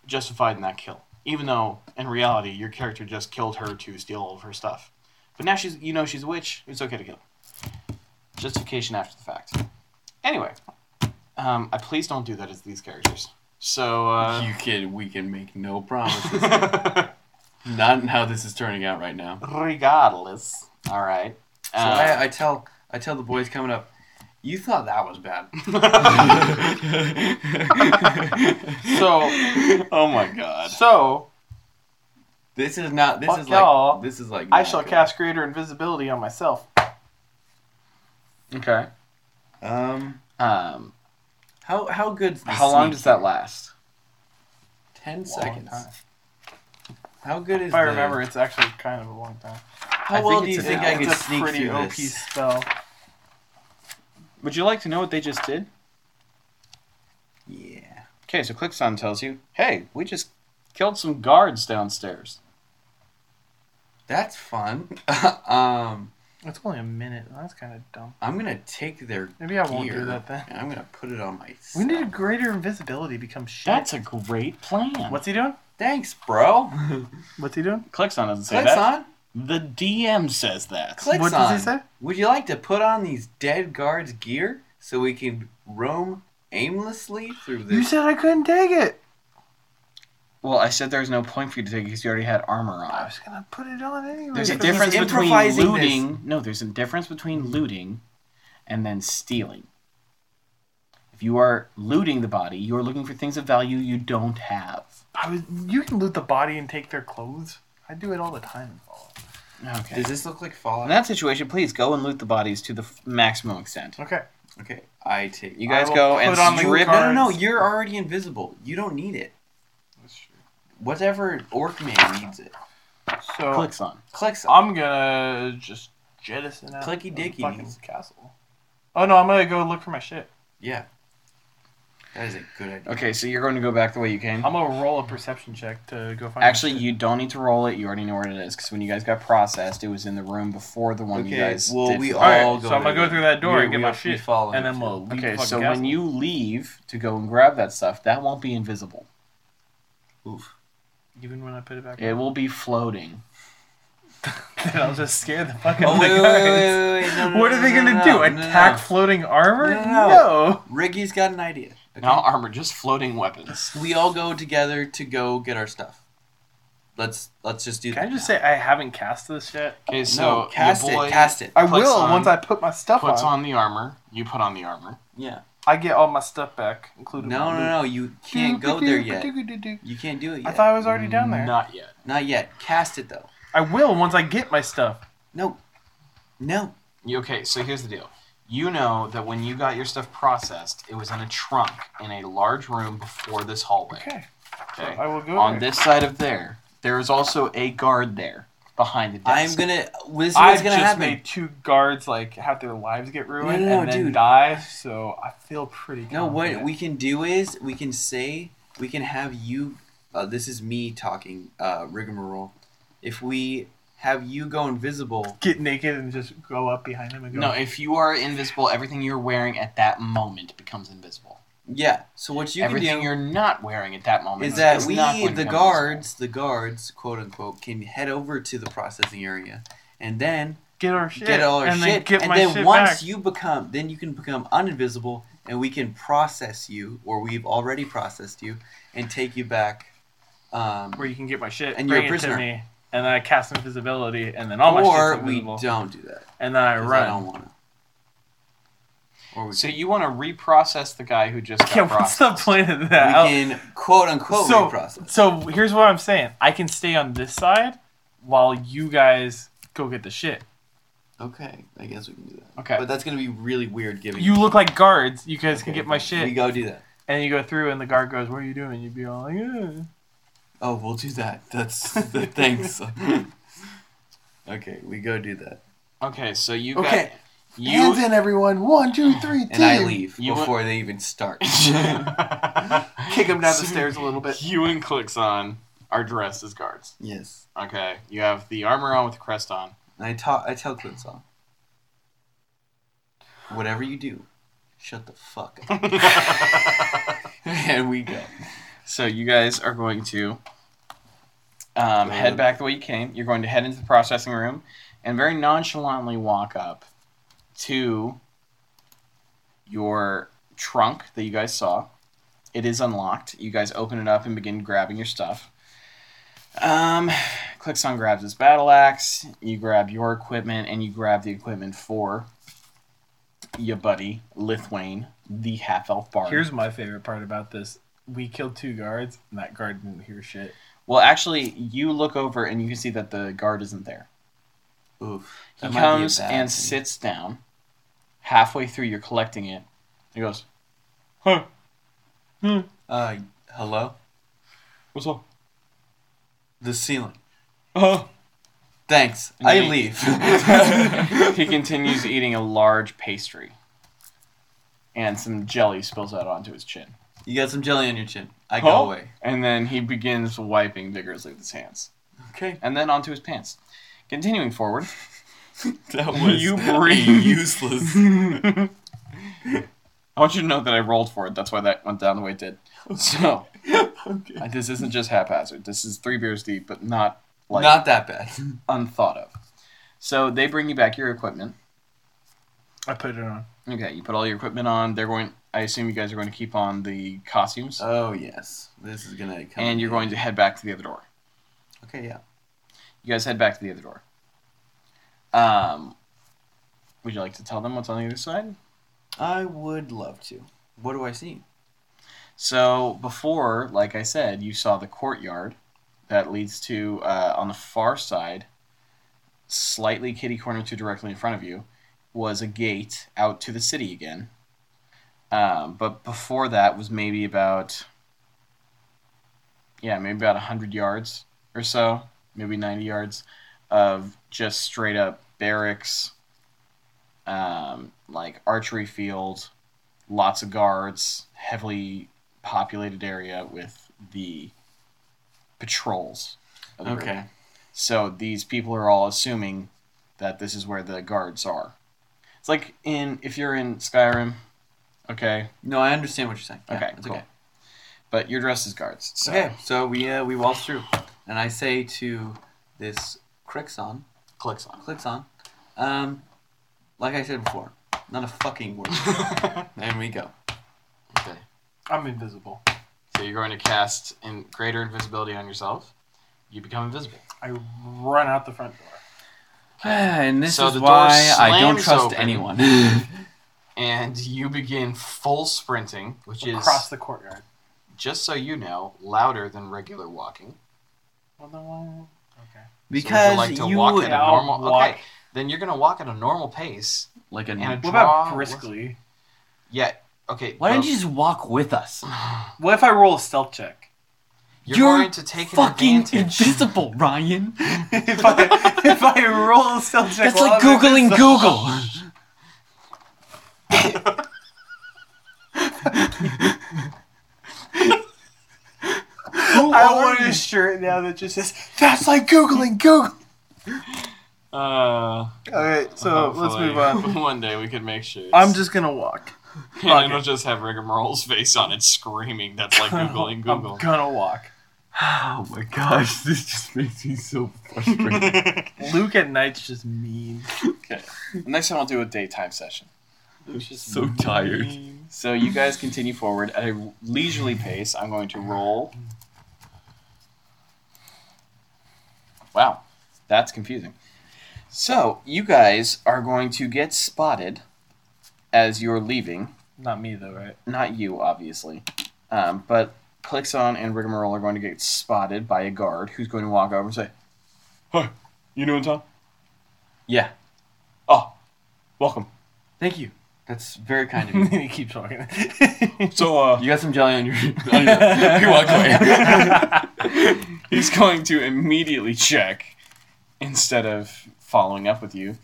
Speaker 1: Justified in that kill. Even though, in reality, your character just killed her to steal all of her stuff. But now she's, you know she's a witch, it's okay to kill. Justification after the fact. Anyway, um, I please don't do that as these characters. So, uh.
Speaker 2: (laughs) (laughs) you can. We can make no
Speaker 1: (laughs)
Speaker 2: promises.
Speaker 3: (laughs)
Speaker 1: Regardless.
Speaker 2: Not in how this is turning out right now.
Speaker 1: Alright.
Speaker 2: So
Speaker 3: Uh,
Speaker 2: I, I tell I tell the boys coming up, you thought that was bad.
Speaker 3: (laughs)
Speaker 1: so, (laughs) oh my god.
Speaker 3: So,
Speaker 2: this is not. This
Speaker 3: Fuck
Speaker 2: is
Speaker 3: y'all.
Speaker 2: like. This is like.
Speaker 3: I
Speaker 2: not
Speaker 3: shall
Speaker 2: good.
Speaker 3: cast greater invisibility on myself.
Speaker 1: Okay.
Speaker 2: Um.
Speaker 1: Um,
Speaker 2: How how good's the
Speaker 1: how long
Speaker 2: sneak?
Speaker 1: does that last?
Speaker 2: Ten
Speaker 3: Long
Speaker 2: seconds.
Speaker 3: time.
Speaker 2: How good is?
Speaker 3: If I
Speaker 2: the-
Speaker 3: remember, it's actually kind of a long time.
Speaker 2: How
Speaker 1: I
Speaker 2: well
Speaker 1: think
Speaker 2: do you
Speaker 1: it's
Speaker 2: think
Speaker 1: an
Speaker 2: I
Speaker 1: hour.
Speaker 2: could
Speaker 3: it's a
Speaker 2: sneak
Speaker 3: pretty
Speaker 2: through
Speaker 3: OP
Speaker 2: this?
Speaker 3: spell.
Speaker 1: Would you like to know what they just did?
Speaker 2: Yeah.
Speaker 1: Okay, so ClickSound tells you, hey, we just killed some guards downstairs.
Speaker 2: That's fun. (laughs) um.
Speaker 3: It's only a minute. That's kind of dumb.
Speaker 2: I'm gonna take their
Speaker 3: Maybe I won't
Speaker 2: gear
Speaker 3: do that then.
Speaker 2: and I'm gonna put it on myself.
Speaker 3: When did greater invisibility become shit?
Speaker 1: That's a great plan.
Speaker 3: What's he doing?
Speaker 2: Thanks,
Speaker 3: (laughs)
Speaker 2: bro.
Speaker 3: What's he doing?
Speaker 1: ClickSound doesn't say
Speaker 2: Clicks
Speaker 1: that.
Speaker 2: on.
Speaker 1: The DM says that.
Speaker 2: Clicks
Speaker 3: what
Speaker 2: on.
Speaker 3: does he say?
Speaker 2: Would you like to put on these dead guards' gear so we can roam aimlessly through this?
Speaker 3: You said I couldn't take it.
Speaker 1: well, I said there was no point for you to take because you already had armor
Speaker 3: I
Speaker 1: on.
Speaker 3: was gonna put it on anyway.
Speaker 1: There's a
Speaker 3: but-
Speaker 1: difference between
Speaker 2: improvising this.
Speaker 1: looting. No, there's a difference between looting and then stealing. If you are looting the body, you are looking for things of value you don't have.
Speaker 3: I was. You can loot the body and take their clothes. I do it all the time in Fallout.
Speaker 1: Okay.
Speaker 2: Does this look like Fallout?
Speaker 1: In that situation, please go and loot the bodies to the f- maximum extent.
Speaker 3: Okay.
Speaker 2: Okay, I take.
Speaker 1: You
Speaker 3: I
Speaker 1: guys
Speaker 3: will
Speaker 1: go and
Speaker 3: put on the
Speaker 1: strip.
Speaker 2: no, no, no.
Speaker 3: cards.
Speaker 2: You're already invisible. You don't need it. Whatever orc man needs it.
Speaker 3: So
Speaker 1: Clicks on.
Speaker 2: Clicks.
Speaker 3: I'm gonna just jettison out.
Speaker 2: Clicky
Speaker 3: of the
Speaker 2: dicky
Speaker 3: fucking
Speaker 2: means-
Speaker 3: castle. Oh no! I'm gonna go look for my shit.
Speaker 2: Yeah, that is a good idea.
Speaker 1: Okay, so you're going to go back the way you came.
Speaker 3: I'm gonna roll a perception check to go find. my
Speaker 1: Actually,
Speaker 3: shit.
Speaker 1: you don't need to roll it. You already know where it is because when you guys got processed, it was in the room before the one you
Speaker 2: Okay,
Speaker 1: guys
Speaker 2: well,
Speaker 1: did.
Speaker 2: we
Speaker 3: All right,
Speaker 2: all
Speaker 3: so
Speaker 2: go
Speaker 3: I'm gonna
Speaker 2: there.
Speaker 3: go through that door
Speaker 2: We-
Speaker 3: and get
Speaker 2: we
Speaker 3: my
Speaker 2: are- we
Speaker 3: shit,
Speaker 2: follow
Speaker 3: and
Speaker 2: you
Speaker 3: then
Speaker 2: too.
Speaker 3: we'll leave
Speaker 1: Okay,
Speaker 3: the
Speaker 1: so
Speaker 3: fucking
Speaker 1: when
Speaker 3: castle.
Speaker 1: you leave to go and grab that stuff, that won't be invisible.
Speaker 3: even when I put it back, (laughs)
Speaker 1: It will be floating.
Speaker 3: then I'll just scare the fuck (laughs) out
Speaker 2: Oh
Speaker 3: of the
Speaker 2: wait, wait,
Speaker 3: guards.
Speaker 2: wait, wait, wait, no, no,
Speaker 3: What
Speaker 2: no,
Speaker 3: are they
Speaker 2: no,
Speaker 3: gonna
Speaker 2: no,
Speaker 3: do?
Speaker 2: no, no,
Speaker 3: Attack
Speaker 2: no.
Speaker 3: floating armor?
Speaker 2: No, no,
Speaker 3: No.
Speaker 2: Riggy's got an idea. Okay?
Speaker 1: Now armor, just floating weapons.
Speaker 2: we all go together to go get our stuff. Let's let's just do.
Speaker 3: Can I
Speaker 2: that.
Speaker 3: just say I haven't cast this yet?
Speaker 1: Okay, so
Speaker 2: no, cast
Speaker 1: your boy
Speaker 2: it, cast it.
Speaker 3: I
Speaker 1: Puts
Speaker 3: will
Speaker 1: on-
Speaker 3: once I put my stuff
Speaker 1: puts
Speaker 3: on.
Speaker 1: on the armor. You put on the armor.
Speaker 2: Yeah.
Speaker 3: I get all my stuff back, including
Speaker 2: No,
Speaker 3: my
Speaker 2: no, no. You can't go there yet.
Speaker 3: I
Speaker 2: You can't do it yet.
Speaker 3: thought I was already down there.
Speaker 1: Not yet.
Speaker 2: Not yet. Cast it though.
Speaker 3: I will once I get my stuff.
Speaker 2: No. No.
Speaker 1: You- Okay, so here's the deal. You know that when you got your stuff processed, it was in a trunk in a large room before this hallway.
Speaker 3: Okay.
Speaker 1: okay?
Speaker 3: I will go
Speaker 1: On
Speaker 3: there.
Speaker 1: this side of there, there is also a guard there behind the
Speaker 2: I'm
Speaker 1: desk.
Speaker 2: gonna. This is
Speaker 3: I've
Speaker 2: what's gonna
Speaker 3: just
Speaker 2: happen.
Speaker 3: made two guards like have their lives get ruined
Speaker 2: no,
Speaker 3: and then
Speaker 2: dude.
Speaker 3: die, so I feel pretty.
Speaker 2: No, what
Speaker 3: confident.
Speaker 2: we can do is we can say we can have you. Uh, this is me talking uh, rigmarole. If we have you go invisible,
Speaker 3: get naked and just go up behind them and go.
Speaker 1: No, if you are invisible, everything you're wearing at that moment becomes invisible.
Speaker 2: yeah. So what you
Speaker 1: everything
Speaker 2: can do
Speaker 1: you're not wearing at that moment
Speaker 2: is that
Speaker 1: is
Speaker 2: we,
Speaker 1: not going to
Speaker 2: the
Speaker 1: become
Speaker 2: guards, the guards, quote unquote, can head over to the processing area, and then
Speaker 3: get our shit,
Speaker 2: get all our
Speaker 3: and
Speaker 2: shit,
Speaker 3: then get
Speaker 2: and
Speaker 3: my
Speaker 2: then
Speaker 3: shit
Speaker 2: once
Speaker 3: back.
Speaker 2: you become, then you can become uninvisible, and we can process you, or we've already processed you, and take you back. Um,
Speaker 3: where you can get my shit
Speaker 2: And
Speaker 3: and
Speaker 2: you're
Speaker 3: bring
Speaker 2: a
Speaker 3: it
Speaker 2: prisoner.
Speaker 3: to me, and then I cast invisibility, and then all my
Speaker 2: or
Speaker 3: shit's
Speaker 2: we
Speaker 3: invisible,
Speaker 2: don't do that.
Speaker 3: and then I
Speaker 2: 'cause I
Speaker 3: run. (laughs)
Speaker 2: don't want to. Or we,
Speaker 1: So you want to reprocess the guy who just got
Speaker 3: Yeah, what's the
Speaker 1: processed.
Speaker 3: point of
Speaker 2: we
Speaker 3: that? I'll-
Speaker 2: can quote unquote
Speaker 3: So-
Speaker 2: reprocess.
Speaker 3: So here's what I'm saying: I can stay on this side while you guys go get the shit.
Speaker 2: Okay, I guess we can do that.
Speaker 1: Okay.
Speaker 2: but that's gonna be really weird. Giving
Speaker 3: You look like guards. You guys
Speaker 2: Okay,
Speaker 3: can get my
Speaker 2: fine. We
Speaker 3: shit,
Speaker 2: go do that.
Speaker 3: and you go through, and the guard goes, "What are you doing?" You'd be all like, eh.
Speaker 2: Oh, we'll do that. That's
Speaker 3: (laughs)
Speaker 2: the thanks. (laughs) okay, we go do that.
Speaker 1: Okay, so you got
Speaker 2: Okay.
Speaker 1: you
Speaker 2: in, everyone. One, two, three, And I leave
Speaker 1: You wa-
Speaker 2: before they
Speaker 1: (laughs)
Speaker 2: even start.
Speaker 1: kick (laughs)
Speaker 2: Kick him down the stairs a little bit.
Speaker 1: You and
Speaker 2: (laughs)
Speaker 1: Clixon are dressed as guards.
Speaker 2: Yes.
Speaker 1: Okay, you have the armor on with the crest on.
Speaker 2: And I, ta- I tell Clinsong, whatever you do, shut the fuck
Speaker 1: (laughs)
Speaker 2: up. and we go.
Speaker 1: so you guys are going to um, head back the way you came. You're going to head into the processing room and very nonchalantly walk up to your trunk that you guys saw. It is unlocked. You guys open it up and begin grabbing your stuff. Um, Clixon grabs his battle axe. You grab your equipment, and you grab the equipment for your buddy Lithwane, the half elf bard.
Speaker 3: Here's my favorite part about this: we killed two guards, and that guard didn't hear shit.
Speaker 1: Well, actually, you look over and you can see that the guard isn't there.
Speaker 2: Oof.
Speaker 1: He
Speaker 2: That might be a
Speaker 1: comes
Speaker 2: bad
Speaker 1: and
Speaker 2: thing.
Speaker 1: sits down halfway through. You're collecting it. He goes, "Huh,
Speaker 2: Uh, hello?
Speaker 1: what's up?
Speaker 2: The ceiling.
Speaker 1: Uh-huh.
Speaker 2: Thanks.
Speaker 1: And
Speaker 2: I
Speaker 1: he- (laughs)
Speaker 2: leave.
Speaker 1: he continues eating a large pastry, and some jelly spills out onto his chin.
Speaker 2: you got some jelly on your chin. I
Speaker 1: Huh?
Speaker 2: go away.
Speaker 1: And then he begins wiping vigorously with his hands,
Speaker 2: Okay.
Speaker 1: and then onto his pants. Continuing forward,
Speaker 2: (laughs) That
Speaker 1: You breathe. (laughs)
Speaker 2: (laughs) useless.
Speaker 1: I want you to know that I rolled for it. That's why that went down the way it did. So.
Speaker 2: okay.
Speaker 1: Uh, This isn't just haphazard. This is three beers deep, but not like
Speaker 2: Not that bad.
Speaker 1: unthought of. So they bring you back your equipment.
Speaker 3: I put it on.
Speaker 1: Okay, you put all your equipment on. They're going. I assume you guys are going to keep on the costumes,
Speaker 2: Oh yes, this is gonna come.
Speaker 1: and you're going to head back to the other door.
Speaker 2: Okay, yeah.
Speaker 1: You guys head back to the other door. Um, would you like to tell them what's on the other side?
Speaker 2: I would love to. What do I see?
Speaker 1: So before, like I said, you saw the courtyard that leads to uh, on the far side, slightly kitty corner to directly in front of you, was a gate out to the city again. Um, but before that was maybe about, yeah, maybe about hundred yards or so, maybe ninety yards, of just straight up barracks, um, like archery field, lots of guards, heavily populated area with the patrols. of the group. So these people are all assuming that this is where the guards are. It's like in if you're in Skyrim, okay,
Speaker 2: No, I understand what you're saying. Yeah,
Speaker 1: okay,
Speaker 2: it's
Speaker 1: cool. But you're dressed as guards. So
Speaker 2: Okay, so we uh, we waltz through, and I say to this Crixon,
Speaker 1: clicks on.
Speaker 2: Clixon, um, like I said before, not a fucking (laughs) word. and we go.
Speaker 1: (laughs) Okay.
Speaker 3: I'm invisible.
Speaker 1: So you're going to cast in greater invisibility on yourself. You become invisible.
Speaker 3: I run out the front door.
Speaker 2: (sighs) And this
Speaker 1: So
Speaker 2: is
Speaker 1: the door
Speaker 2: why I don't
Speaker 1: slams
Speaker 2: trust
Speaker 1: open.
Speaker 2: anyone. (laughs)
Speaker 1: And you begin full sprinting, which is
Speaker 3: Across the courtyard.
Speaker 1: just so you know, louder than regular walking.
Speaker 3: Well, then why- Okay.
Speaker 2: because
Speaker 1: like to
Speaker 2: you
Speaker 1: walk
Speaker 2: would-
Speaker 1: at
Speaker 3: Yeah,
Speaker 1: a
Speaker 3: I'll
Speaker 1: normal
Speaker 3: walk.
Speaker 1: okay. Then you're gonna walk at a normal pace
Speaker 2: like
Speaker 1: and a
Speaker 2: a.
Speaker 1: draw.
Speaker 3: What about briskly?
Speaker 1: Yeah. Okay.
Speaker 2: Why don't
Speaker 1: well,
Speaker 2: you just walk with us?
Speaker 3: What if I roll a stealth check? (laughs)
Speaker 1: You're,
Speaker 2: You're
Speaker 1: going to take an
Speaker 2: fucking
Speaker 1: advantage.
Speaker 2: invisible, (laughs) Ryan.
Speaker 3: if I if I roll a stealth check,
Speaker 2: That's
Speaker 3: while
Speaker 2: like
Speaker 3: I'm
Speaker 2: googling
Speaker 3: invisible-
Speaker 2: Google.
Speaker 3: (laughs) I want a shirt now that just says "That's like googling Google."
Speaker 1: Uh,
Speaker 3: All right, so let's move
Speaker 1: (laughs)
Speaker 3: on.
Speaker 1: One day we could make shirts. (laughs)
Speaker 3: I'm just gonna walk.
Speaker 1: (laughs) And it'll just have rigmarole's face on it, screaming. That's like googling
Speaker 3: (laughs) I'm
Speaker 1: Google.
Speaker 3: gonna walk.
Speaker 2: Oh my gosh, (laughs) this just makes me so frustrated. (laughs)
Speaker 3: Luke at night's just mean.
Speaker 1: Next time I'll do a daytime session.
Speaker 2: I'm so
Speaker 1: (laughs)
Speaker 2: tired.
Speaker 3: Mean.
Speaker 1: So you guys continue forward at a leisurely pace. I'm going to roll. Wow, that's confusing. So you guys are going to get spotted as you're leaving.
Speaker 3: Not me though, right?
Speaker 1: Not you, obviously, um, but Clixon and Rigmarole are going to get spotted by a guard who's going to walk over and say, "Hi, you doing Tom? Yeah. Oh, welcome.
Speaker 2: Thank you. That's very kind of you.
Speaker 3: (laughs) he keeps talking.
Speaker 1: So,
Speaker 2: (laughs)
Speaker 1: uh,
Speaker 2: You got some jelly on your. on (laughs) your- you walk away.
Speaker 1: (laughs) He's going to immediately check instead of following up with you.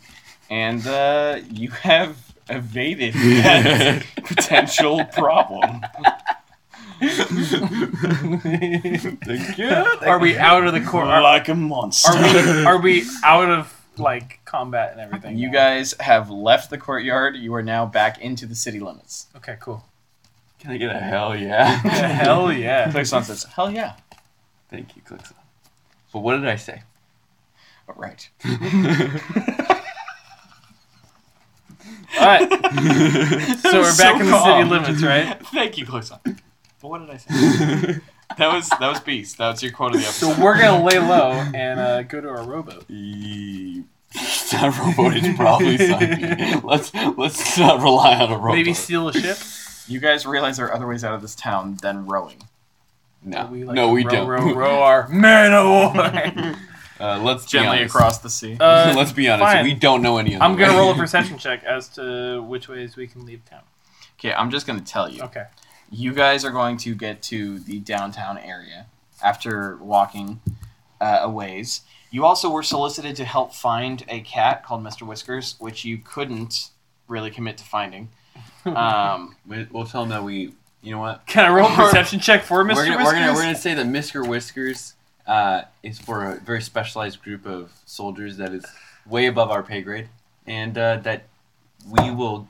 Speaker 1: And uh, you have evaded that potential problem.
Speaker 2: Thank you.
Speaker 3: are we out of the court? Are,
Speaker 1: Like a monster.
Speaker 3: are we are we out of like combat and everything?
Speaker 1: you
Speaker 3: now?
Speaker 1: guys have left the courtyard. You are now back into the city limits.
Speaker 3: Okay, cool.
Speaker 2: Can I get a hell (laughs) yeah?
Speaker 3: Hell yeah.
Speaker 1: Clexon says, Hell yeah.
Speaker 2: Thank you, Clixon. But what did I say? (laughs)
Speaker 1: All right.
Speaker 3: All right.
Speaker 2: (laughs)
Speaker 1: (laughs)
Speaker 3: So we're back
Speaker 1: So
Speaker 3: in the city
Speaker 1: calm.
Speaker 3: limits, right?
Speaker 1: Thank you, Clexon. But what did
Speaker 2: (laughs)
Speaker 1: I say? that was that was Beast. That was your quote of the
Speaker 3: So
Speaker 1: episode.
Speaker 3: we're gonna lay low and uh, go to our rowboat.
Speaker 2: It's not rowboat is probably something. Let's let's not rely on a rowboat.
Speaker 3: Maybe steal a ship.
Speaker 1: You guys realize there are other ways out of this town than rowing.
Speaker 2: no,
Speaker 3: We, like,
Speaker 2: no, we
Speaker 3: row,
Speaker 2: don't.
Speaker 3: Row, row our man of war.
Speaker 2: (laughs) Uh, let's be
Speaker 1: Gently
Speaker 2: honest.
Speaker 1: across the sea.
Speaker 3: Uh,
Speaker 2: (laughs) let's be honest.
Speaker 3: fine.
Speaker 2: We don't know any of.
Speaker 3: I'm gonna roll a perception check as to which ways we can leave town.
Speaker 1: Okay, I'm just gonna tell you.
Speaker 3: Okay.
Speaker 1: You guys are going to get to the downtown area after walking uh, a ways. You also were solicited to help find a cat called Mr. Whiskers, which you couldn't really commit to finding.
Speaker 2: Uh,
Speaker 1: Um,
Speaker 2: We- We'll tell them that we. You know what?
Speaker 3: (laughs) Can I roll a perception check for mister
Speaker 2: we're gonna,
Speaker 3: Whiskers?
Speaker 2: we're gonna we're gonna say that Mr. Whiskers uh, is for a very specialized group of soldiers that is way above our pay grade, and uh, that we will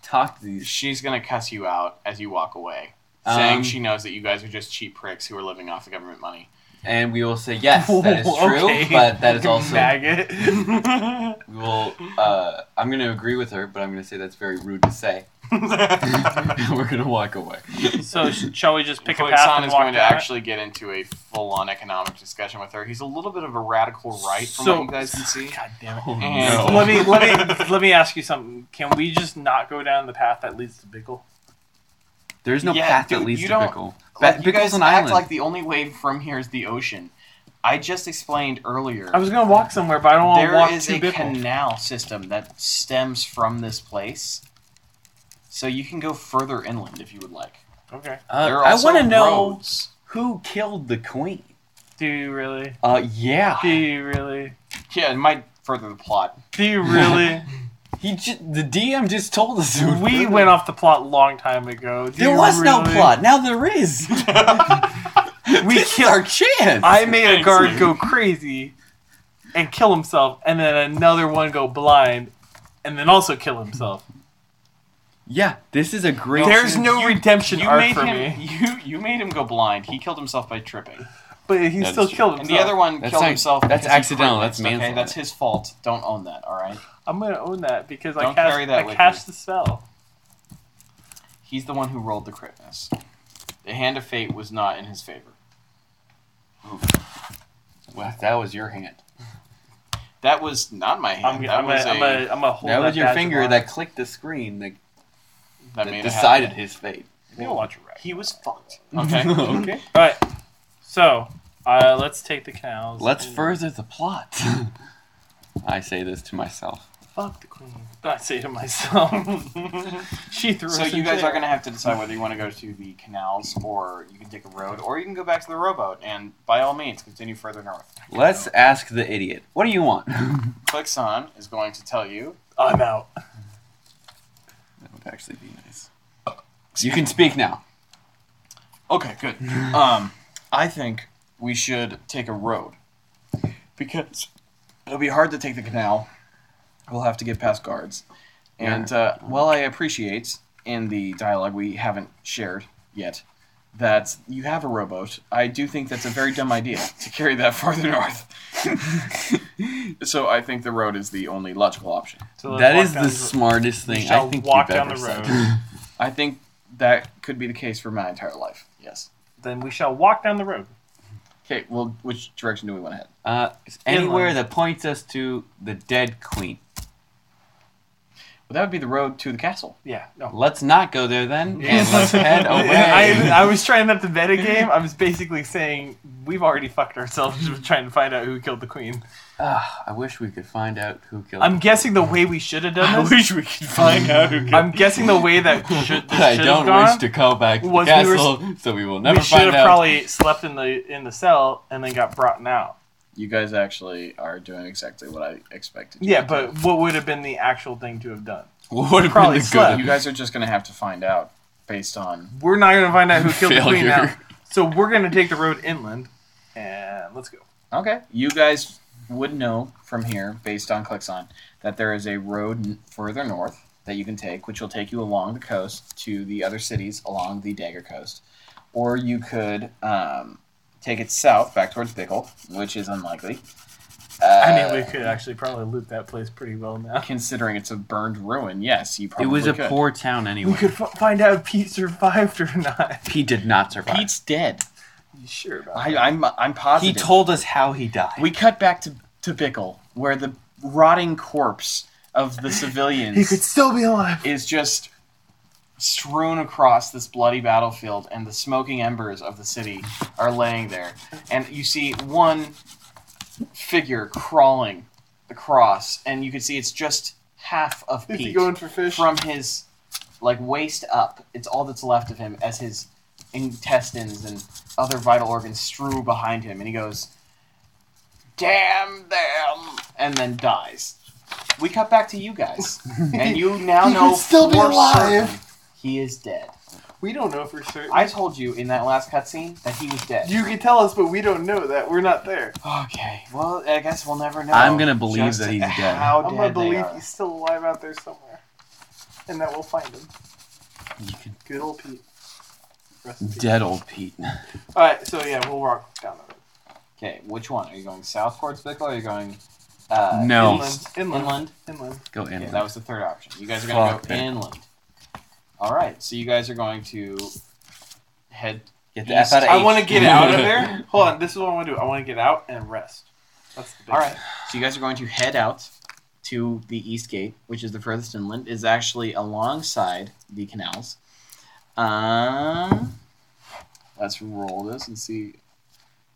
Speaker 2: talk to these.
Speaker 1: she's gonna cuss you out as you walk away, saying
Speaker 2: Um,
Speaker 1: she knows that you guys are just cheap pricks who are living off the government
Speaker 3: (laughs)
Speaker 1: money.
Speaker 2: and we will say yes, that is true,
Speaker 3: Okay.
Speaker 2: but
Speaker 3: (laughs)
Speaker 2: that is also
Speaker 3: Maggot.
Speaker 2: (laughs) we will. Uh, I'm gonna agree with her, but I'm gonna say that's very rude to say. (laughs) we're gonna walk away.
Speaker 3: (laughs) so sh- shall we just pick a
Speaker 1: Felix Hahn
Speaker 3: path and
Speaker 1: is
Speaker 3: walk
Speaker 1: going to
Speaker 3: down it?
Speaker 1: actually get into a full-on economic discussion with her. He's a little bit of a radical right, from
Speaker 3: So-
Speaker 1: what you guys can see.
Speaker 3: God damn it.
Speaker 2: Oh,
Speaker 1: And-
Speaker 3: Let me let me let me ask you something. Can we just not go down the path that leads to Bickle?
Speaker 2: There's no
Speaker 1: Yeah,
Speaker 2: path that
Speaker 1: dude,
Speaker 2: leads
Speaker 1: you
Speaker 2: to
Speaker 1: don't-
Speaker 2: Bickle.
Speaker 1: Like,
Speaker 2: Ba-
Speaker 1: you
Speaker 2: Bickle's
Speaker 1: guys
Speaker 2: an
Speaker 1: act
Speaker 2: island.
Speaker 1: like the only way from here is the ocean. I just explained earlier.
Speaker 3: I was gonna walk somewhere, but I don't want to
Speaker 1: there
Speaker 3: walk
Speaker 1: is
Speaker 3: to
Speaker 1: a
Speaker 3: Bickle.
Speaker 1: canal system that stems from this place, so you can go further inland if you would like.
Speaker 3: okay.
Speaker 2: Uh,
Speaker 1: There are
Speaker 2: I
Speaker 1: also
Speaker 2: want to know
Speaker 1: roads.
Speaker 2: who killed the queen.
Speaker 3: Do you really?
Speaker 2: Uh, yeah.
Speaker 3: Do you really?
Speaker 1: Yeah, it might further the plot. (laughs)
Speaker 3: Do you really?
Speaker 2: He ju- the DM just told us. it was
Speaker 3: we
Speaker 2: Bickle.
Speaker 3: went off the plot a long time ago. Do
Speaker 2: There
Speaker 3: you
Speaker 2: was no
Speaker 3: really?
Speaker 2: plot. Now there is.
Speaker 3: We
Speaker 2: this is
Speaker 3: killed.
Speaker 2: our chance.
Speaker 3: I made a
Speaker 1: Thanks,
Speaker 3: guard
Speaker 1: man.
Speaker 3: go crazy and kill himself, and then another one go blind and then also kill himself.
Speaker 2: yeah, this is a great.
Speaker 3: There's
Speaker 2: chance.
Speaker 3: no redemption
Speaker 1: You
Speaker 3: arc
Speaker 1: made
Speaker 3: for
Speaker 1: him.
Speaker 3: me,
Speaker 1: You you made him go blind. He killed himself by tripping.
Speaker 3: but he
Speaker 2: That
Speaker 3: still
Speaker 2: is true.
Speaker 3: killed
Speaker 1: And
Speaker 3: himself.
Speaker 1: the other one
Speaker 2: That's
Speaker 1: killed
Speaker 2: not-
Speaker 1: himself.
Speaker 2: that's
Speaker 1: because he
Speaker 2: accidental,
Speaker 1: quit.
Speaker 2: that's
Speaker 1: okay.
Speaker 2: manslaughter.
Speaker 1: That's his fault. Don't own that. All right.
Speaker 3: I'm gonna own that because I
Speaker 1: Don't
Speaker 3: cast,
Speaker 1: carry that
Speaker 3: I
Speaker 1: with
Speaker 3: cast the spell.
Speaker 1: He's the one who rolled the critness. The hand of fate was not in his favor.
Speaker 2: Well, that was your hand.
Speaker 1: That was not my hand.
Speaker 3: I'm,
Speaker 1: that
Speaker 3: I'm, a,
Speaker 1: was
Speaker 3: I'm,
Speaker 1: a,
Speaker 3: a, I'm a hold
Speaker 2: that was your
Speaker 3: badge of
Speaker 2: finger
Speaker 3: honor.
Speaker 2: that clicked the screen that,
Speaker 1: that
Speaker 2: that
Speaker 1: made it
Speaker 2: decided
Speaker 1: happen.
Speaker 2: his fate.
Speaker 3: You'll watch it right.
Speaker 1: He was fucked. (laughs) Okay.
Speaker 2: okay.
Speaker 3: All right. So uh, let's take the canals.
Speaker 2: Let's
Speaker 3: and-
Speaker 2: further the (laughs) plot. I say this to myself.
Speaker 3: Fuck the queen. I say to myself. (laughs) she threw.
Speaker 1: so
Speaker 3: us
Speaker 1: you
Speaker 3: in
Speaker 1: guys
Speaker 3: jail.
Speaker 1: are going to have to decide whether you want to go to the canals or you can take a road or you can go back to the rowboat and by all means continue further north.
Speaker 2: Let's ask the idiot. What do you want? that
Speaker 1: Clixon is going to tell you.
Speaker 3: I'm out.
Speaker 2: would actually be nice. You can speak now.
Speaker 1: Okay, good. um, I think we should take a road because it'll be hard to take the canal. We'll have to get past guards. And uh, while I appreciate in the dialogue we haven't shared yet that you have a rowboat. I do think that's a very dumb idea to carry that (laughs) farther north. so I think the road is the only logical option.
Speaker 3: So let's
Speaker 2: that
Speaker 3: walk
Speaker 2: is
Speaker 3: down
Speaker 2: the smartest
Speaker 3: We
Speaker 2: thing
Speaker 3: shall
Speaker 2: I think
Speaker 3: walk
Speaker 2: you've
Speaker 3: down
Speaker 2: ever
Speaker 3: the road.
Speaker 2: said. (laughs)
Speaker 1: I think that could be the case for my entire life. Yes.
Speaker 3: Then we shall walk down the road.
Speaker 1: Okay. Well, which direction do we want to head?
Speaker 2: Uh, anywhere that points us to the dead queen.
Speaker 1: Well, that would be the road to the
Speaker 3: (laughs)
Speaker 1: castle.
Speaker 3: Yeah, no.
Speaker 2: Let's not go there
Speaker 3: (laughs)
Speaker 2: then, and let's head away.
Speaker 3: I, I was trying up the meta game. I was basically saying we've already fucked ourselves (laughs) with trying to find out who killed the queen.
Speaker 2: Ah, I wish we could find out who killed.
Speaker 3: I'm guessing the way we should have done this.
Speaker 6: wish we
Speaker 3: (laughs)
Speaker 6: could find out who
Speaker 3: I'm guessing the way (laughs) that should.
Speaker 2: But I
Speaker 3: should
Speaker 2: don't
Speaker 3: have gone,
Speaker 2: wish to go back to the
Speaker 3: was we were-
Speaker 2: castle, so we will never
Speaker 3: we should
Speaker 2: find
Speaker 3: have
Speaker 2: out.
Speaker 3: probably slept in the in the cell and then got brought out.
Speaker 1: You guys actually are doing exactly what I expected. you
Speaker 3: Yeah,
Speaker 1: to
Speaker 3: but what would have been the actual thing to have done?
Speaker 2: What would have
Speaker 3: probably
Speaker 2: been
Speaker 1: do.
Speaker 2: the
Speaker 3: slept.
Speaker 1: you guys are just gonna have to find out based on
Speaker 3: We're not gonna find out who (laughs) killed the queen now.
Speaker 2: Failure.
Speaker 3: So we're gonna take the road inland and let's go.
Speaker 1: Okay. You guys would know from here, based on Clixon, that there is a road n- further north that you can take, which will take you along the coast to the other cities along the Dagger Coast. Or you could um, take it south back towards Bickle, which is unlikely. Uh,
Speaker 3: I mean, we could actually probably loot that place pretty well now.
Speaker 1: Considering it's a burned ruin, yes, you
Speaker 2: It
Speaker 1: probably
Speaker 2: was a
Speaker 1: could.
Speaker 2: poor town
Speaker 3: We
Speaker 2: anyway.
Speaker 3: could f- find out if Pete survived or not.
Speaker 2: He did not survive.
Speaker 1: Pete's dead.
Speaker 3: You sure about
Speaker 1: I, I'm I'm
Speaker 2: he
Speaker 1: positive.
Speaker 2: told us how he died.
Speaker 1: We cut back to to Bickle, where the rotting corpse of
Speaker 2: (laughs)
Speaker 1: the civilians.
Speaker 3: He could still be alive.
Speaker 1: is just strewn across this bloody battlefield, and the smoking embers of the city are laying there. And you see one figure crawling across, and you can see it's just half of
Speaker 3: Is he
Speaker 1: Pete
Speaker 3: going for fish?
Speaker 1: from his like waist up. It's all that's left of him as his intestines and other vital organs strew behind him, and he goes, "Damn them!" and then dies. We cut back to you
Speaker 3: (laughs)
Speaker 1: guys, and you now
Speaker 3: He
Speaker 1: know
Speaker 3: could still be
Speaker 1: for
Speaker 3: alive.
Speaker 1: certain he is dead.
Speaker 3: we don't know for certain.
Speaker 1: I told you in that last cutscene that he was dead.
Speaker 3: you could tell us, but we don't know that. We're not there.
Speaker 1: okay, well, I guess we'll never know.
Speaker 2: I'm gonna believe
Speaker 1: just
Speaker 2: that he's dead.
Speaker 1: How dead
Speaker 3: I'm gonna
Speaker 1: they
Speaker 3: believe
Speaker 1: are.
Speaker 3: he's still alive out there somewhere, and that we'll find him.
Speaker 2: You can-
Speaker 3: Good old Pete. Rest in peace.
Speaker 2: Dead old Pete.
Speaker 3: All right, so yeah, we'll walk down the road.
Speaker 1: Okay, which one? Are you going south towards Bickle, or are you going uh,
Speaker 2: No.
Speaker 1: east?
Speaker 3: Inland.
Speaker 1: Inland?
Speaker 3: Inland.
Speaker 2: Go in.
Speaker 1: Okay, that was the third option. You guys are going to
Speaker 2: Fuck
Speaker 1: go
Speaker 2: it.
Speaker 1: inland. All right, so you guys are going to head.
Speaker 2: Get the F out of
Speaker 3: I
Speaker 2: H.
Speaker 3: want to get out of (laughs) there. Hold on, this is what I want to do. I want to get out and rest. That's the big
Speaker 1: All right, so you guys are going to head out to the east gate, which is the furthest inland. is actually alongside the canals. Um, let's roll this and see.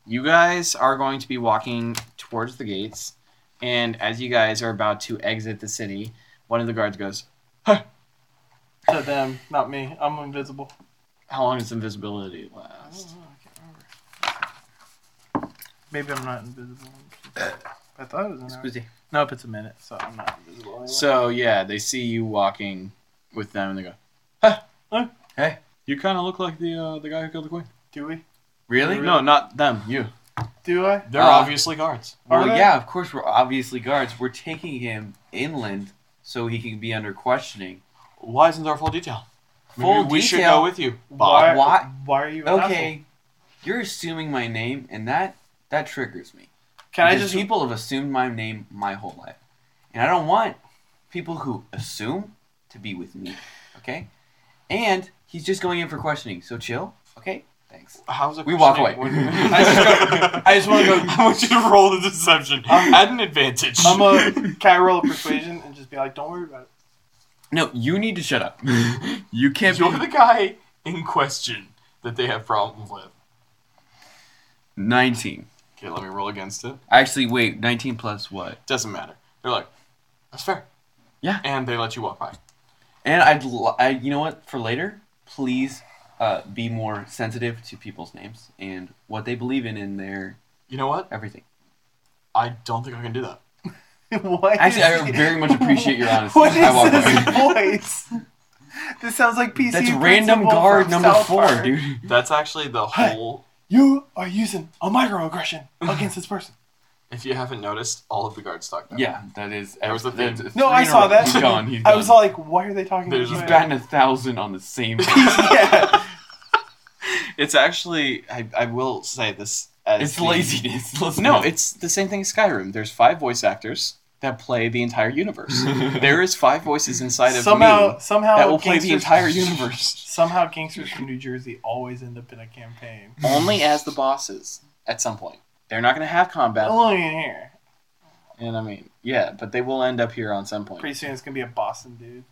Speaker 1: You guys are going to be walking towards the gates, and as you guys are about to exit the city, one of the guards goes,
Speaker 3: thing. To them, not me. I'm invisible.
Speaker 1: "How long does invisibility last?"
Speaker 3: Maybe I'm not invisible. I thought it was an hour. Nope, it's a minute, so I'm not invisible. anyway.
Speaker 1: So yeah, they see you walking with them, and they go, "Huh?
Speaker 3: Huh?
Speaker 2: Hey.
Speaker 1: You kind of look like the uh, the guy who killed the queen."
Speaker 3: do we?
Speaker 2: Really?
Speaker 1: No, not them. You.
Speaker 3: Do I?
Speaker 1: They're
Speaker 2: Uh,
Speaker 1: obviously guards.
Speaker 3: Are
Speaker 2: Well,
Speaker 3: they?
Speaker 2: yeah, of course we're obviously guards. We're taking him inland so he can be under questioning.
Speaker 6: Why isn't there full detail?
Speaker 2: Full
Speaker 6: we should
Speaker 2: detail.
Speaker 6: go with you.
Speaker 3: Why?
Speaker 2: why-
Speaker 3: Why are you? An asshole?
Speaker 2: Okay, you're assuming my name, and that that triggers me.
Speaker 3: Can I
Speaker 2: Because
Speaker 3: just?
Speaker 2: people have assumed my name my whole life, and I don't want people who assume to be with me. Okay, and he's just going in for questioning. So chill. Okay, thanks.
Speaker 6: How's it?
Speaker 2: We walk away.
Speaker 6: questioning?
Speaker 2: (laughs) I just go- I just wanna go-
Speaker 6: (laughs) I want you to roll the deception
Speaker 3: I'm-
Speaker 6: at an advantage.
Speaker 3: I'm a. Can I roll a persuasion and just be like, "Don't worry about it."
Speaker 2: No, you need to shut up. (laughs) you
Speaker 6: (laughs)
Speaker 2: can't.
Speaker 6: You're
Speaker 2: be-
Speaker 6: the guy in question that they have problems with.
Speaker 2: Nineteen.
Speaker 6: Okay, let me roll against it.
Speaker 2: Actually, wait. Nineteen plus what?
Speaker 6: Doesn't matter. They're like, that's fair.
Speaker 2: Yeah.
Speaker 6: And they let you walk by.
Speaker 2: And I'd, li- I, you know what? For later, please uh, be more sensitive to people's names and what they believe in in their
Speaker 6: You know what?
Speaker 2: everything.
Speaker 6: I don't think I can do that.
Speaker 3: (laughs) Why?
Speaker 2: Actually,
Speaker 3: is-
Speaker 2: I very much appreciate (laughs) your honesty.
Speaker 3: What is
Speaker 2: I walk (laughs)
Speaker 3: this voice? This sounds like PC.
Speaker 2: That's random
Speaker 3: principal
Speaker 2: guard
Speaker 3: from
Speaker 2: number
Speaker 3: South
Speaker 2: four,
Speaker 3: Park.
Speaker 2: dude. (laughs)
Speaker 6: That's actually the whole.
Speaker 3: You are using a microaggression against
Speaker 2: (sighs)
Speaker 3: this person.
Speaker 6: If you haven't noticed, all of the guards talk now.
Speaker 2: Yeah, that is.
Speaker 6: That was the
Speaker 2: that's-
Speaker 6: thing.
Speaker 2: it's
Speaker 3: No,
Speaker 2: three
Speaker 3: I
Speaker 2: in a
Speaker 3: saw
Speaker 2: row.
Speaker 3: that.
Speaker 2: He's gone. He's
Speaker 3: I was
Speaker 2: gone. (laughs)
Speaker 3: (laughs) like, why are they talking
Speaker 6: There's
Speaker 3: to
Speaker 6: a
Speaker 3: me? (laughs)
Speaker 2: he's batting a thousand on the same.
Speaker 3: yeah.
Speaker 1: It's actually I, I will say this as
Speaker 2: It's
Speaker 1: the-
Speaker 2: laziness. Let's
Speaker 1: No,
Speaker 2: not-
Speaker 1: it's the same thing as Skyrim. There's five voice actors that play the
Speaker 7: (laughs)
Speaker 1: entire universe.
Speaker 2: (laughs)
Speaker 1: there is five voices inside of
Speaker 3: somehow,
Speaker 1: me
Speaker 3: somehow
Speaker 1: that will play the
Speaker 3: gangsters-
Speaker 1: entire universe.
Speaker 3: Somehow, gangsters from New Jersey always end up in a campaign.
Speaker 1: Only as the bosses at some point. They're not going to have combat.
Speaker 7: Oh.
Speaker 3: Only in here.
Speaker 1: And I mean, yeah, but they will end up here on some point.
Speaker 3: Pretty soon, it's gonna be a Boston dude.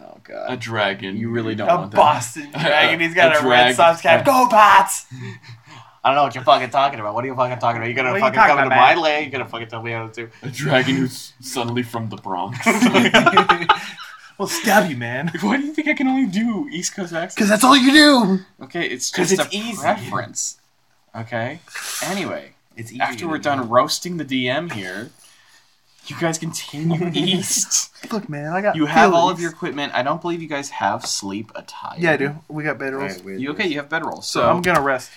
Speaker 1: Oh
Speaker 2: a
Speaker 1: god.
Speaker 2: dragon.
Speaker 1: You really don't
Speaker 3: A
Speaker 1: want that.
Speaker 3: Boston dragon. He's got
Speaker 2: A
Speaker 3: a, Red
Speaker 2: drag-
Speaker 3: Sox cap. Go Pats! (laughs)
Speaker 7: I don't know what you're fucking talking about. What are you fucking talking about? You're gonna
Speaker 3: What are
Speaker 7: fucking
Speaker 3: you talking
Speaker 7: come into
Speaker 3: about,
Speaker 7: my land. You're gonna fucking tell me how to do.
Speaker 2: A dragon who's suddenly from the Bronx.
Speaker 3: (laughs) We'll stab you, man.
Speaker 1: Why do you think I can only do East Coast accent?
Speaker 3: Because that's all you do.
Speaker 1: Okay, it's
Speaker 2: 'Cause
Speaker 1: just
Speaker 2: it's
Speaker 1: a
Speaker 2: easy.
Speaker 1: preference. Okay. Anyway,
Speaker 2: it's
Speaker 1: after we're done roasting the DM here, you guys
Speaker 3: (laughs)
Speaker 1: continue east.
Speaker 3: Look, man, I got.
Speaker 1: You have all of your
Speaker 3: feelings.
Speaker 1: equipment. I don't believe you guys have sleep attire.
Speaker 3: Yeah, I do. We got bedrolls.
Speaker 1: You okay? You have bedroll. So,
Speaker 3: So I'm gonna rest.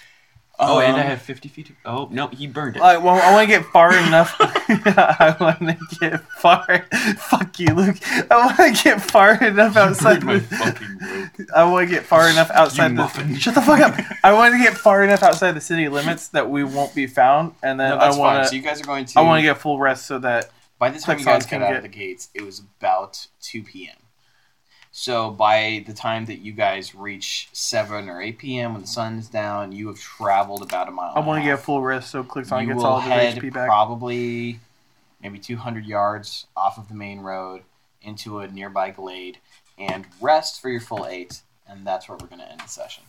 Speaker 2: Oh,
Speaker 1: um,
Speaker 2: and I have 50 feet. Of, oh, no, (laughs) he burned it.
Speaker 3: I, well, I want to get far enough. (laughs) I want to get far. Fuck you, Luke. I want to get far enough outside.
Speaker 2: Burned my
Speaker 3: the-
Speaker 2: fucking rope.
Speaker 3: I want to get far enough outside the.
Speaker 2: muffin.
Speaker 3: Shut the fuck up! I want to get far enough outside the city limits that we won't be found, and then
Speaker 1: no,
Speaker 3: I
Speaker 1: that's
Speaker 3: want
Speaker 1: fine.
Speaker 3: to.
Speaker 1: So you guys are going to.
Speaker 3: I want to get full rest so that
Speaker 1: By the time you
Speaker 3: Texans
Speaker 1: guys got
Speaker 3: can
Speaker 1: out
Speaker 3: get-
Speaker 1: of the gates, it was about 2 p.m. So by the time that you guys reach 7 or 8 p.m. when the sun's down, you have traveled about a mile.
Speaker 3: I want to
Speaker 1: and a
Speaker 3: get
Speaker 1: half.
Speaker 3: full rest so Clixon
Speaker 1: You
Speaker 3: gets
Speaker 1: will
Speaker 3: all of his
Speaker 1: head
Speaker 3: HP back.
Speaker 1: probably maybe 200 yards off of the main road into a nearby glade and rest for your full eight, and that's where we're going to end the session.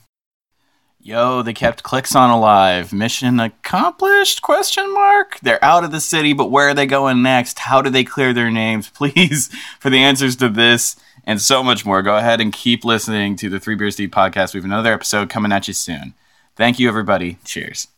Speaker 8: Yo, they kept Clixon alive. Mission accomplished? Question mark. They're out of the city, but where are they going next? How do they clear their names? (laughs) Please, for the answers to this and so much more, go ahead and keep listening to the Three Beers Deep podcast. We have another episode coming at you soon. Thank you, everybody. Cheers.